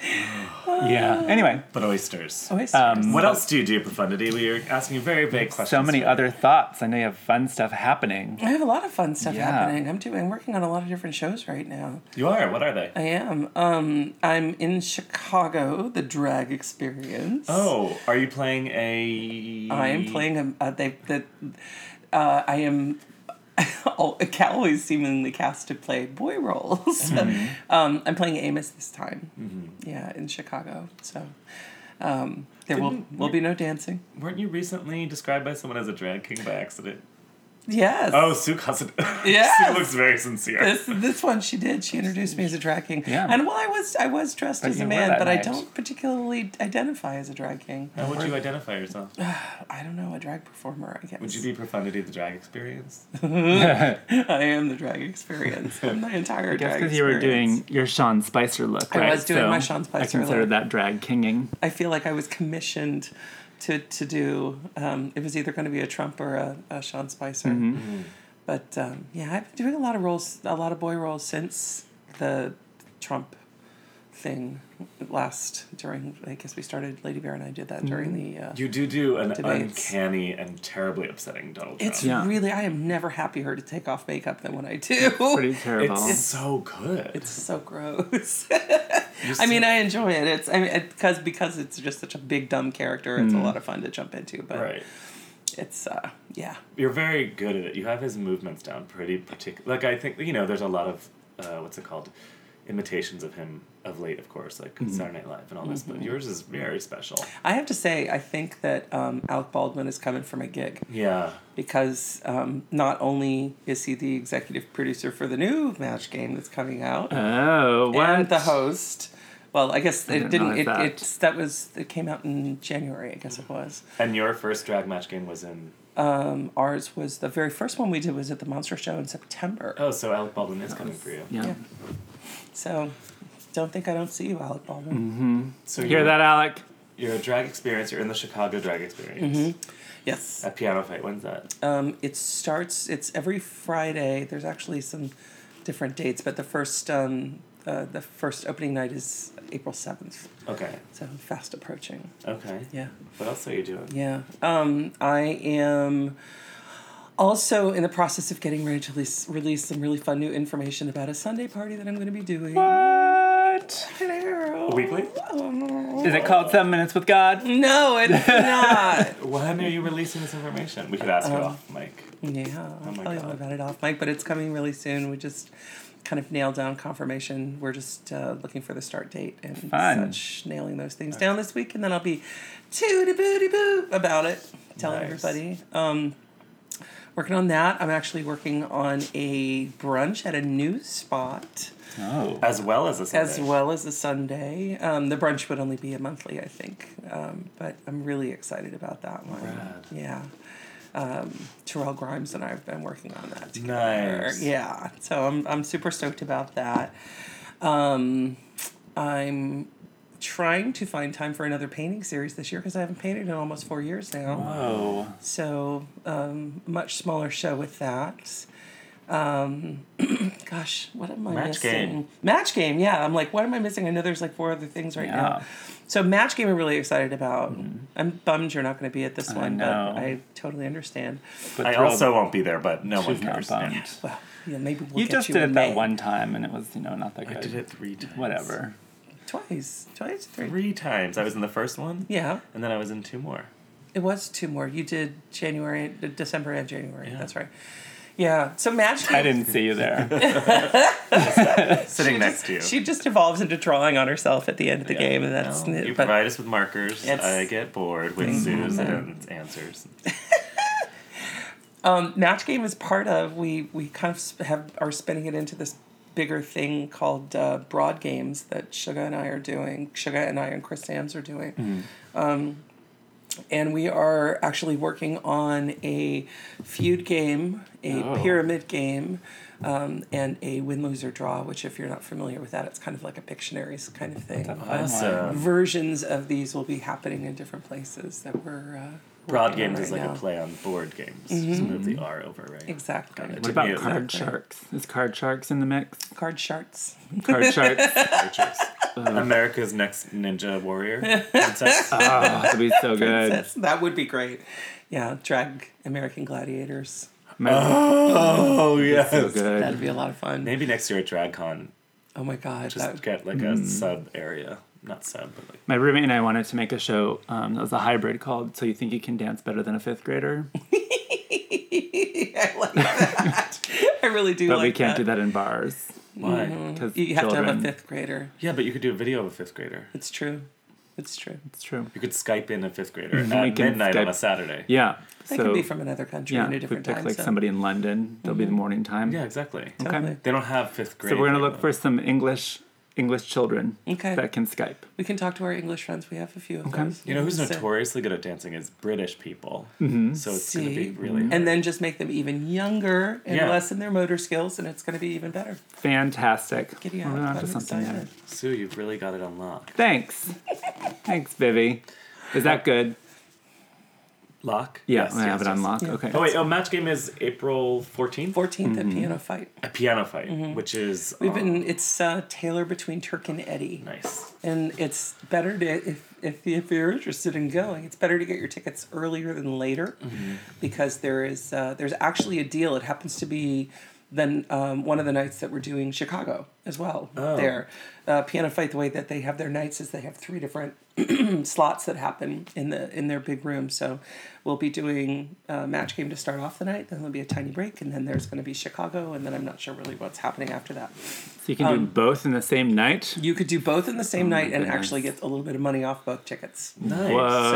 S1: yeah. Anyway,
S2: Butt oysters.
S6: Oysters.
S1: um,
S2: What else do you do, Profundity? We are asking you very vague questions.
S1: so many
S2: today.
S1: other thoughts. I know you have fun stuff happening.
S6: I have a lot of fun stuff
S1: Yeah.
S6: happening. I'm doing. I'm working on a lot of different shows right now.
S2: You are. What are they?
S6: I am. Um, I'm in Chicago, the drag experience.
S2: Oh, are you playing a?
S6: I am playing a. Uh, they the. Uh, I am. [laughs] All, always seemingly cast to play boy roles.
S2: Mm-hmm.
S6: [laughs] um, I'm playing Amos this time. Yeah, in Chicago. So um, there will
S2: Didn't
S6: will be no dancing.
S2: Weren't you recently described by someone as a drag king by accident?
S6: Yes.
S2: Oh, Sue Cousin. [laughs]
S6: Yes.
S2: Sue looks very sincere.
S6: this this one she did. She introduced me as a drag king.
S1: Yeah.
S6: And well, I was I was dressed as
S1: you
S6: a
S1: were
S6: man,
S1: that
S6: but I
S1: night.
S6: don't particularly identify as a drag king.
S2: How would you identify yourself?
S6: I don't know a drag performer. I guess.
S2: Would you be Profundity the drag experience?
S6: [laughs] Mm.
S1: [laughs]
S6: I am the
S2: [laughs]
S6: drag experience. I'm the [laughs] entire
S1: Just
S6: drag.
S1: because you were
S6: experience.
S1: doing your Sean Spicer look,
S6: I
S1: right?
S6: was doing my Sean
S1: I
S6: Spicer
S1: consider
S6: look.
S1: that drag kinging.
S6: I feel like I was commissioned to to do. Um, it was either going to be a Trump or a, a Sean Spicer. But um, yeah, I've been doing a lot of roles, a lot of boy roles since the Trump thing last during. I guess we started Lady Bear and I did that during the. Uh,
S2: You do do an
S6: Debates.
S2: uncanny and terribly upsetting Donald Trump.
S6: it's
S1: Yeah.
S6: really I am never happier to take off makeup than when I do. [laughs]
S1: Pretty terrible.
S2: [laughs] It's so good.
S6: It's so gross.
S2: You're
S6: I mean,
S2: so-
S6: I enjoy it. It's I mean, because because it's just such a big dumb character. It's a lot of fun to jump into, but
S2: right.
S6: it's uh yeah.
S2: You're very good at it. You have his movements down pretty particular. Like I think you know, there's a lot of uh, what's it called, imitations of him of late, of course, like Saturday Night Live and all this. But yours is very special.
S6: I have to say, I think that um, Alec Baldwin is coming from a gig
S2: Yeah,
S6: because um, not only is he the executive producer for the new Match Game that's coming out,
S1: oh, what?
S6: and the host. Well, I guess it
S1: didn't
S6: didn't.
S1: realize
S6: It,
S1: that. Mm-hmm.
S6: it's that was it came out in January. I guess it was.
S2: and your first drag match game was in.
S6: Ours was the very first one we did was at the Monster Show in September.
S2: Oh, so Alec Baldwin is coming for you.
S1: Yeah.
S6: Yeah. So, don't think I don't see you, Alec Baldwin.
S2: So
S1: Hear
S2: you're,
S1: that, Alec?
S2: You're a drag experience. You're in the Chicago drag experience.
S1: Mm.
S6: Yes.
S2: A piano fight. When's that?
S6: Um, it starts. It's every Friday. There's actually some different dates, but the first um, uh, the first opening night is April seventh.
S2: Okay.
S6: So fast approaching.
S2: Okay.
S6: Yeah.
S2: What else are you doing?
S6: Yeah. Um, I am also in the process of getting ready to release, release some really fun new information about a Sunday party that I'm going to be doing.
S1: What?
S6: Hello.
S2: Weekly?
S6: Oh.
S1: Is it called Seven Minutes with God?
S6: No, it's not.
S2: When are you releasing this information? We could ask you off, Mike.
S6: Yeah, I'll
S2: Oh my
S6: tell you all
S2: God.
S6: about it off mic, but it's coming really soon. We just kind of nailed down confirmation. We're just uh, looking for the start date and
S1: Fun.
S6: such, nailing those things down this week, and then I'll be tooty booty boo about it, telling
S2: Nice.
S6: everybody. Um, working on that. I'm actually working on a brunch at a new spot,
S1: Oh.
S2: As well as a Sunday.
S6: as well as a Sunday. Um, the brunch would only be a monthly, I think, um, but I'm really excited about that one.
S2: Rad.
S6: Yeah. Um, Terrell Grimes and I have been working on that together.
S2: Nice.
S6: Yeah. So I'm I'm super stoked about that. Um, I'm trying to find time for another painting series this year because I haven't painted in almost four years now.
S2: Oh.
S6: So um, much smaller show with that. Um, [clears throat] gosh, what am I
S2: Match
S6: missing?
S2: game.
S6: Match game. Yeah, I'm like, what am I missing? I know there's like four other things right
S1: Yeah. Mm-hmm.
S6: now. So match game, I'm really excited about. I'm bummed you're not going to be at this one,
S1: know.
S6: but I totally understand.
S1: But
S2: I
S1: thrilled
S2: also won't be there, but no one
S1: she's not
S2: cares.
S1: bummed.
S6: Well, yeah, maybe we'll
S1: You
S6: get
S1: just
S6: you
S1: did
S6: in
S1: it that
S6: May.
S1: one time, and it was, you know, not that
S2: I
S1: good.
S2: did it three times.
S1: Whatever.
S6: twice, twice, three.
S2: Three times. I was in the first one,
S6: Yeah,
S2: and then I was in two more.
S6: it was two more. You did January, December, and January.
S2: Yeah.
S6: That's right. Yeah. So match game.
S1: I didn't see you
S6: [laughs]
S1: there.
S2: Sitting next to you.
S6: She just evolves into drawing on herself at the end of the game, and that's
S2: No, you
S6: but
S2: provide us with markers.
S6: It's-
S2: I get bored with Sue's and answers.
S6: match game is part of we we kind of sp- have are spinning it into this bigger thing called uh, Broad Games that Suga and I are doing. Suga and I and Chris Sams are doing.
S2: Mm-hmm.
S6: Um, and we are actually working on a feud game, a
S2: Oh.
S6: pyramid game, um, and a win, lose, or draw, which, if you're not familiar with that, it's kind of like a Pictionary's kind of thing.
S2: Awesome.
S6: Versions of these will be happening in different places that we're. Uh,
S2: Broad
S6: working on
S2: games is
S6: right
S2: like
S6: now.
S2: a play on board games. Just move the R over, right?
S6: Exactly.
S2: Got it.
S1: What about
S2: Yeah,
S1: card
S6: exactly.
S1: sharks? Is card sharks in the mix?
S6: [laughs] Card sharks.
S1: Card sharks.
S2: Pictures. America's next ninja warrior. Princess.
S1: Oh, that'd be so good.
S6: That's, that would be great. Yeah, drag American Gladiators.
S2: oh yes.
S1: So good.
S6: That'd be a lot of fun.
S2: Maybe next year at DragCon,
S6: Oh my god,
S2: just
S6: that,
S2: get like a sub area, not sub, but like
S1: My roommate and I wanted to make a show um, that was a hybrid called "So You Think You Can Dance Better Than a Fifth Grader,"
S6: [laughs] I like that. I really do
S1: but
S6: like
S1: we can't do
S6: that.
S1: that in bars
S2: why?
S1: because
S6: You have to have a
S1: children-
S6: fifth grader.
S2: Yeah, but you could do a video of a fifth grader.
S6: It's true. It's true.
S1: It's true.
S2: You could Skype in a fifth grader
S1: we
S2: at
S1: can
S2: midnight on
S1: Skype.
S2: a Saturday.
S1: Yeah.
S6: They
S1: so
S6: could be from another country
S1: yeah,
S6: in
S1: if
S6: a
S1: we
S6: different Mm-hmm.
S1: pick
S6: time
S1: like
S6: zone.
S1: somebody in London, they'll be the morning time.
S2: Yeah, exactly.
S1: Okay.
S6: Totally.
S2: They don't have fifth grade.
S1: So we're gonna
S2: anymore.
S1: look for some English English children
S6: Okay.
S1: that can Skype.
S6: We can talk to our English friends. We have a few of
S1: Okay.
S6: those.
S2: You know who's
S6: So-
S2: notoriously good at dancing is British people. Mm-hmm. So it's gonna
S6: See?
S2: be really.
S6: And then just make them even younger and
S2: Yeah.
S6: lessen their motor skills, and it's going to be even better.
S1: Fantastic.
S6: Giddy
S1: we're
S6: up.
S1: on to
S6: I'm
S1: something there.
S6: excited.
S2: Sue, you've really got it unlocked.
S6: [laughs]
S1: Thanks. Thanks, Vivi. Is that good?
S2: Lock.
S1: Yeah, I have it unlocked.
S6: Yeah.
S1: Okay.
S2: Oh wait, oh match game is April fourteenth.
S6: 14th
S2: Mm-hmm.
S6: at Piano Fight.
S2: A piano fight, which is
S6: Mm-hmm. We've
S2: um,
S6: been, it's uh, Taylor between Turk and Eddie.
S2: nice.
S6: and it's better to if if if you're interested in going, it's better to get your tickets earlier than later, because there is uh, there's actually a deal. It happens to be then um, one of the nights that we're doing Chicago as well. There, uh, Piano Fight the way that they have their nights is they have three different [clears throat] slots that happen in the in their big room. So we'll be doing a match game to start off the night. Then there'll be a tiny break, and then there's going to be Chicago, and then I'm not sure really what's happening after that.
S1: So you can
S6: Um,
S1: do both in the same night.
S6: You could do both in the same night and actually get a little bit of money off both tickets.
S2: Nice.
S1: Whoa.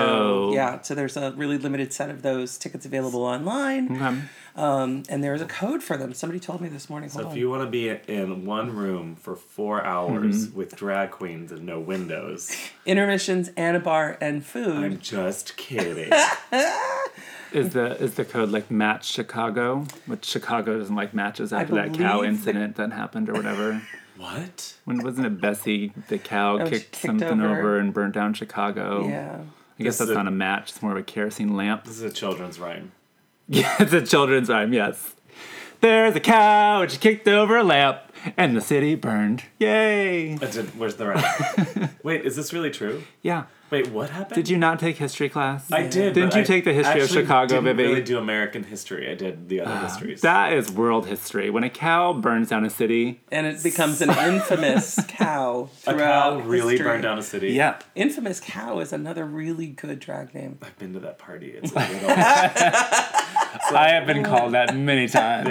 S6: So yeah, so there's a really limited set of those tickets available online,
S2: Mm-hmm.
S1: Okay.
S6: um, and there is a code for them. Somebody told me this morning. Hold
S2: So if
S6: on.
S2: you want to be in one room for four hours
S1: Mm-hmm.
S2: with drag queens and no
S6: [laughs]
S2: windows,
S6: Intermissions and a bar and food.
S2: I'm just
S6: [laughs]
S2: kidding.
S1: Is the is the code like match Chicago? Which Chicago doesn't like matches after that
S6: believe
S1: cow
S6: that-
S1: incident that happened or whatever.
S2: what?
S1: when wasn't it Bessie the cow
S6: Oh, she
S1: kicked,
S6: kicked
S1: something
S6: over.
S1: over. and burnt down Chicago? I
S6: yeah,
S2: This
S1: guess
S2: is
S1: that's
S2: a-
S1: not a match. It's more of a kerosene lamp. [laughs]
S2: This is a children's rhyme.
S1: Yeah, it's a children's rhyme. Yes. There's a cow and she kicked over a lamp and the city burned. Yay!
S2: That's it. Where's the rhyme?
S1: [laughs]
S2: Wait, is this really true?
S1: Yeah.
S2: Wait, what happened?
S1: Did you not take history class?
S2: I did.
S1: Didn't
S2: but
S1: you
S2: I
S1: take the history of
S2: actually
S1: Chicago,
S2: didn't
S1: Vivi?
S2: really do American history. I did the other histories.
S1: That is world history. When a cow burns down a city.
S6: and it becomes an
S2: [laughs]
S6: infamous cow
S2: a cow
S6: throughout.
S2: really
S6: history.
S2: burned down a city.
S1: Yeah.
S6: Infamous cow is another really good
S2: [laughs]
S6: drag name.
S2: I've been to that party. It's a little [laughs]
S1: I have been called that many times.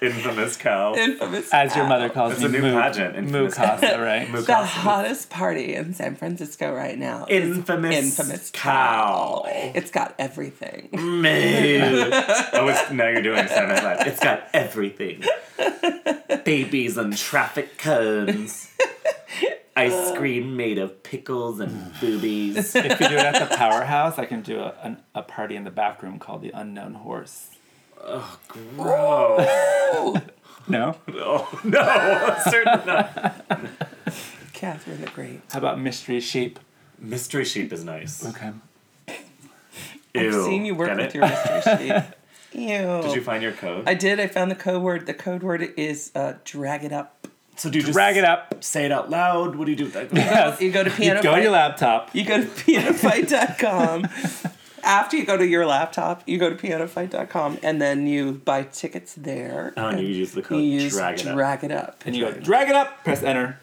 S2: infamous cow.
S6: Infamous.
S1: As your
S6: Cow.
S1: mother calls
S2: It's
S1: me,
S2: a new
S1: Moo-
S2: pageant,
S1: Moo
S2: [laughs] infamous
S1: Casa, right?
S2: Moo
S6: The
S2: costume.
S6: hottest party in San Francisco right now. is
S2: Infamous,
S6: infamous
S2: cow.
S6: It's got everything.
S2: Mm. Moo. oh, it's, now you're doing sound as that. It's got everything. Babies and traffic cones.
S6: Uh.
S2: Ice cream made of pickles
S6: [sighs]
S2: and
S6: [laughs]
S2: boobies.
S1: if you do it at the powerhouse, I can do a, an, a party in the back room called the Unknown Horse.
S2: Bro.
S1: No.
S2: Oh, no, [laughs] certainly not.
S6: [laughs] Catherine the Great.
S1: How about Mystery Sheep?
S2: Mystery sheep is nice.
S1: Okay.
S2: Ew.
S6: I've seen you work
S2: Get
S6: with
S2: it?
S6: your mystery sheet. Ew.
S2: Did you find your code?
S6: I did. I found the code word. The code word is uh, drag it up.
S2: so do you just
S1: Drag it up.
S2: Say it out loud. What do you do? with
S6: [laughs]
S2: that?
S1: Yes.
S6: You go to piano.
S1: Go to
S6: Fight-
S1: your laptop.
S6: You go to pianofight.com. After you go to your laptop, you go to pianofight.com and then you buy tickets there.
S2: Oh, and you use the
S6: You
S2: code.
S6: use
S2: drag it up.
S1: And you go, drag it up. Press
S6: [laughs]
S1: enter.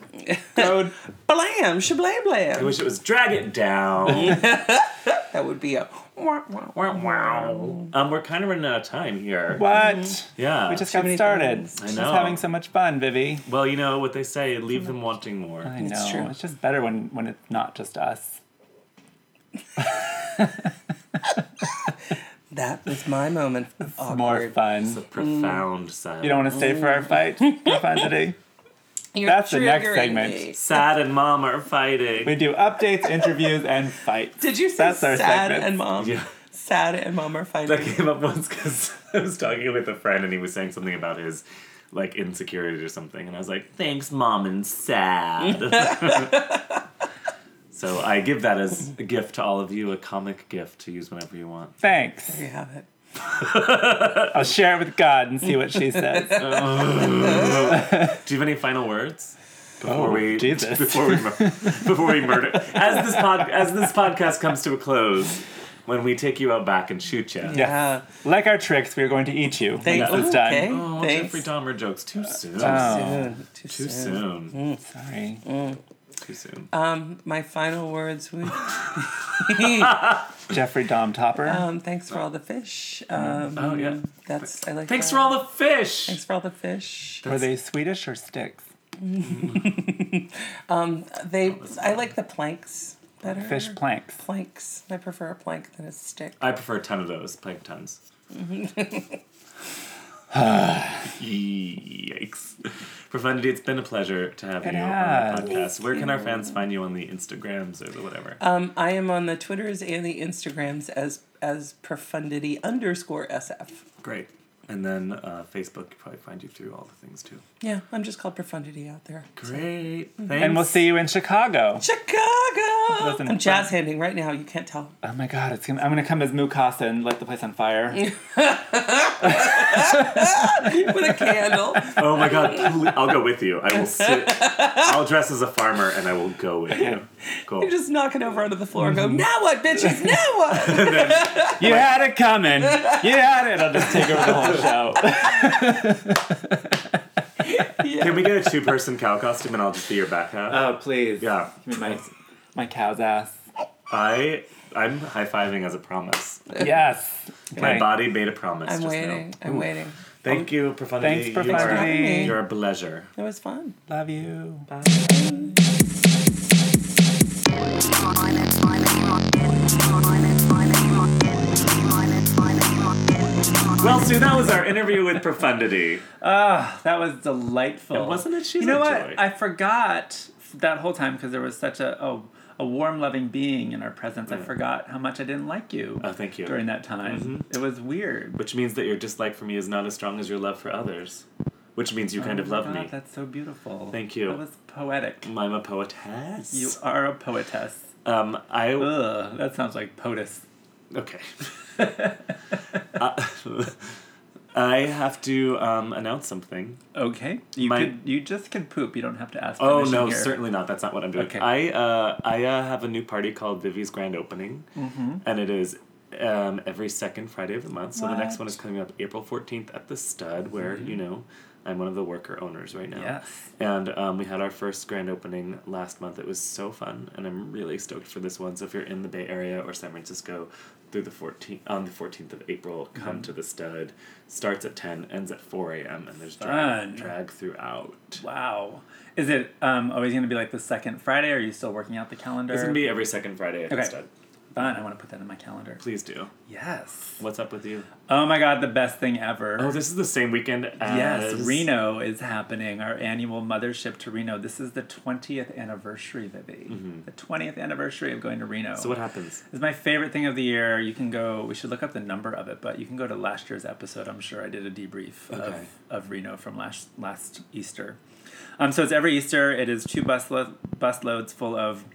S1: Code.
S6: Blam, shablam,
S2: I
S6: blam.
S2: wish it was drag it
S6: [laughs]
S2: down.
S6: That would be a wah, wah, wah.
S2: wow. Um, we're kind of running out of time here.
S1: What?
S2: Yeah.
S1: We just
S6: Mm-hmm. many
S1: got started.
S6: things.
S1: Just
S2: I know.
S1: having so much fun, Vivi.
S2: Well, you know what they say: leave them wanting more.
S1: I
S6: It's
S1: know.
S6: true.
S1: It's just better when, when it's not just us.
S6: That was my moment. of
S1: More
S6: awkward.
S1: fun. Mm.
S2: Profound silence.
S1: You don't want to stay for our fight? More fun today.
S6: Mm. [laughs] You're
S1: That's the next
S6: triggering
S1: segment.
S6: me.
S2: Sad and mom are fighting.
S1: We do updates, interviews, and fights.
S6: Did you say
S1: That's our
S6: sad
S1: segment.
S6: and mom?
S2: Yeah.
S6: Sad and mom are fighting.
S2: that came up once because [laughs] I was talking with a friend and he was saying something about his like insecurity or something, and I was like, "Thanks, mom and
S1: [laughs]
S2: sad." so I give that as a gift to all of you, a comic gift to use whenever you want.
S1: Thanks.
S6: There you have it.
S1: I'll share it with God and see what
S6: [laughs]
S1: she says.
S2: Do you have any final words before
S1: Oh,
S2: we
S1: Jesus.
S2: [laughs] before we mur- before we murder as this pod as this podcast comes to a close when we take you out back and shoot you?
S1: Yes.
S6: Yeah.
S1: Like our tricks, we are going to eat you.
S6: Thank-
S1: when this is
S6: Ooh,
S1: done.
S6: okay.
S2: Oh,
S6: Thanks.
S2: Jeffrey Dahmer jokes Ah, too soon.
S1: Oh,
S6: Soon, Uh, Too,
S2: Too
S6: soon.
S2: soon.
S1: sorry.
S2: Too soon. Oh,
S6: Um, my final words would
S1: Jeffrey Dom Topper.
S6: um, thanks for all the fish. Um,
S2: oh yeah.
S6: that's I like.
S2: Thanks
S6: that.
S2: for all the fish.
S6: Thanks for all the fish.
S1: Were they Swedish or sticks?
S6: They I like the planks better.
S1: Fish planks.
S6: planks. I prefer a plank than a stick.
S2: I prefer a ton of those, plank tons. Yikes. Profundity, it's been a pleasure to have
S1: It
S2: you
S1: has.
S2: on the podcast. Where can our fans find you on the Instagrams or the whatever?
S6: Um, I am on the Twitters and the Instagrams as as profundity underscore sf.
S2: Great. And then uh, Facebook, you probably find you through all the things too.
S6: Yeah, I'm just called profundity out there.
S2: Great. Thanks.
S1: And we'll see you in Chicago.
S6: Chicago.
S1: Listen,
S6: I'm jazz handing right now. You can't tell. [laughs]
S1: Oh my God, it's gonna, I'm gonna come as Mukasa and light the place on fire.
S6: With a candle.
S2: Oh my God. pl- I'll go with you. I will sit. I'll dress as a farmer and I will go with you. Cool.
S6: You're just knocking over onto the floor and go, now what, bitches? Now what?
S1: you had it coming. You had it. I'll just take over the
S2: [laughs]
S1: whole show.
S2: Can we get a two person cow costume and I'll just be your back half?
S1: Oh please.
S2: yeah.
S1: Give me my my cow's ass.
S2: I I'm high fiving as a promise.
S1: [laughs] Yes.
S2: My
S1: Okay.
S2: body made a promise.
S6: I'm
S2: just
S6: waiting.
S2: Now.
S6: I'm waiting.
S2: Thank you, Profundity.
S1: Thanks,
S2: You are-
S1: Profundity.
S2: You're a pleasure.
S6: It was fun.
S1: Love you.
S2: Well, Sue, that was our interview with Profundity.
S1: That was delightful.
S2: And wasn't it? She's
S1: you know
S2: a
S1: what?
S2: joy.
S1: I forgot that whole time because there was such a oh, a warm, loving being in our presence. I forgot how much I didn't like you.
S2: Oh, thank you. Mm-hmm.
S1: During that time, it was weird.
S2: Which means that your dislike for me is not as strong as your love for others. Which means you kind
S1: Oh
S2: of
S1: my
S2: love
S1: God,
S2: me.
S1: That's so beautiful.
S2: Thank you.
S1: That was poetic.
S2: I'm a poetess.
S1: You are a poetess.
S2: um, I
S1: Ugh, that sounds like POTUS.
S2: okay. [laughs] Uh, [laughs] I have to um, announce something.
S1: Okay, you
S2: My-
S1: could you just can poop. You don't have to ask.
S2: Oh
S1: permission
S2: no,
S1: here.
S2: certainly not. That's not what I'm doing.
S1: Okay.
S2: I uh, I uh, have a new party called Vivi's Grand Opening,
S1: Mm-hmm.
S2: and it is um, every second Friday of the month. So the next one is coming up April 14th at the Stud, where you know I'm one of the worker owners right now.
S1: Mm-hmm. Yes.
S2: And um, we had our first grand opening last month. It was so fun, and I'm really stoked for this one. So if you're in the Bay Area or San Francisco, through the 14th on the 14th of April, come
S1: Mm-hmm.
S2: to the Stud. Starts at 10, ends at 4 a.m. and there's
S1: Fun.
S2: drag, drag throughout.
S1: Wow. Is it um, always going to be like the second Friday? Or are you still working out the calendar?
S2: It's gonna be every second Friday at the
S1: Okay.
S2: Stud.
S1: fun. I want to put that in my calendar.
S2: Please do.
S1: Yes.
S2: What's up with you?
S1: Oh my God, the best thing ever.
S2: Oh, this is the same weekend as
S1: Yes, Reno is happening, our annual mothership to Reno. This is the 20th anniversary, Vivi. The 20th anniversary of going to Reno.
S2: Mm-hmm. So what happens?
S1: It's my favorite thing of the year. You can go, we should look up the number of it, but you can go to last year's episode. I'm sure I did a debrief
S2: Okay.
S1: of, of Reno from last last Easter. Um, so it's every Easter. It is two bus, lo- bus loads full of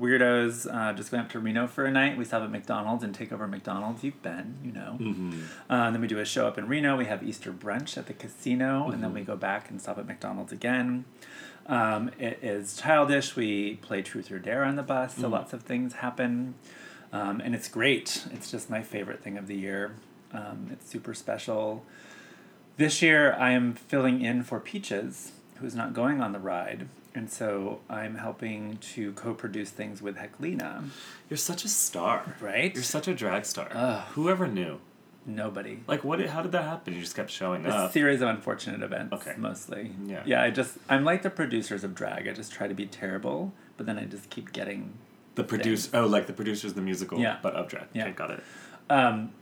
S1: weirdos uh, just going up to Reno for a night. We stop at McDonald's and take over McDonald's. You've been, you know.
S2: Mm-hmm.
S1: Uh, and then we do a show up in Reno. We have Easter brunch at the casino, and
S2: Mm-hmm.
S1: then we go back and stop at McDonald's again. Um, it is childish. We play truth or dare on the bus,
S2: Mm.
S1: so lots of things happen. Um, and it's great. It's just my favorite thing of the year. Um, it's super special. This year, I am filling in for Peaches, who's not going on the ride. And so I'm helping to co produce things with Heclina,
S2: You're such a star.
S1: right?
S2: You're such a drag star. Whoever knew?
S1: Nobody.
S2: Like, what? How did that happen? You just kept showing
S1: A
S2: up.
S1: series of unfortunate events,
S2: uh, Okay.
S1: mostly.
S2: Yeah.
S1: Yeah, I just, I'm like the producers of drag. I just try to be terrible, but then I just keep getting
S2: The producer. Oh, like the producers of the musical.
S1: Yeah.
S2: But of drag.
S1: Yeah.
S2: Okay, got it.
S1: Um,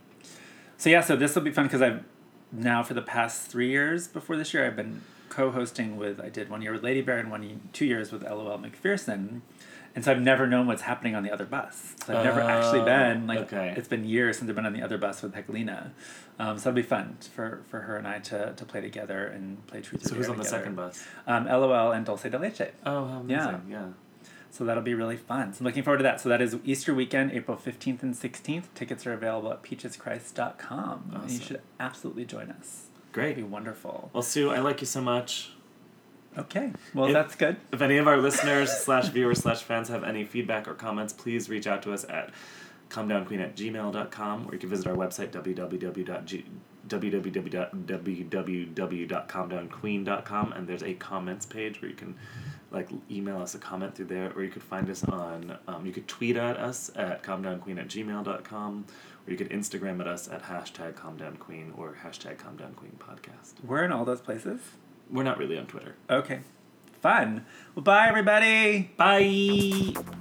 S1: So yeah, so this will be fun because I've now for the past three years before this year I've been co-hosting with I did one year with Lady Bear and one y- two years with LOL McPherson, and so I've never known what's happening on the other bus. So I've never actually
S2: Oh,
S1: been like
S2: okay.
S1: it's been years since I've been on the other bus with Heclina, um, so it'll be fun t- for for her and I to, to play together and play Truth. or
S2: So who's
S1: Dare
S2: on the
S1: together.
S2: second bus?
S1: Um, LOL and Dulce de Leche.
S2: Oh, how
S1: Yeah.
S2: amazing. Yeah.
S1: So that'll be really fun. So I'm looking forward to that. So that is Easter weekend, April 15th and 16th. Tickets are available at peacheschrist.com. And you
S2: Awesome.
S1: should absolutely join us.
S2: Great.
S1: It'd be wonderful.
S2: Well, Sue, I like you so much.
S1: Okay. Well,
S2: If-
S1: that's good.
S2: If any of our listeners slash viewers slash fans have any feedback or comments, please reach out to us at calmdownqueen at gmail.com or you can visit our website www.g www.calmdownqueen.com and there's a comments page where you can like email us a comment through there or you could find us on um, you could tweet at us at calmdownqueen at gmail.com or you could instagram at us at hashtag calmdownqueen or hashtag calmdownqueen podcast
S1: We're in all those places.
S2: we're not really on twitter
S1: Okay. Fun. Well, bye, everybody.
S2: bye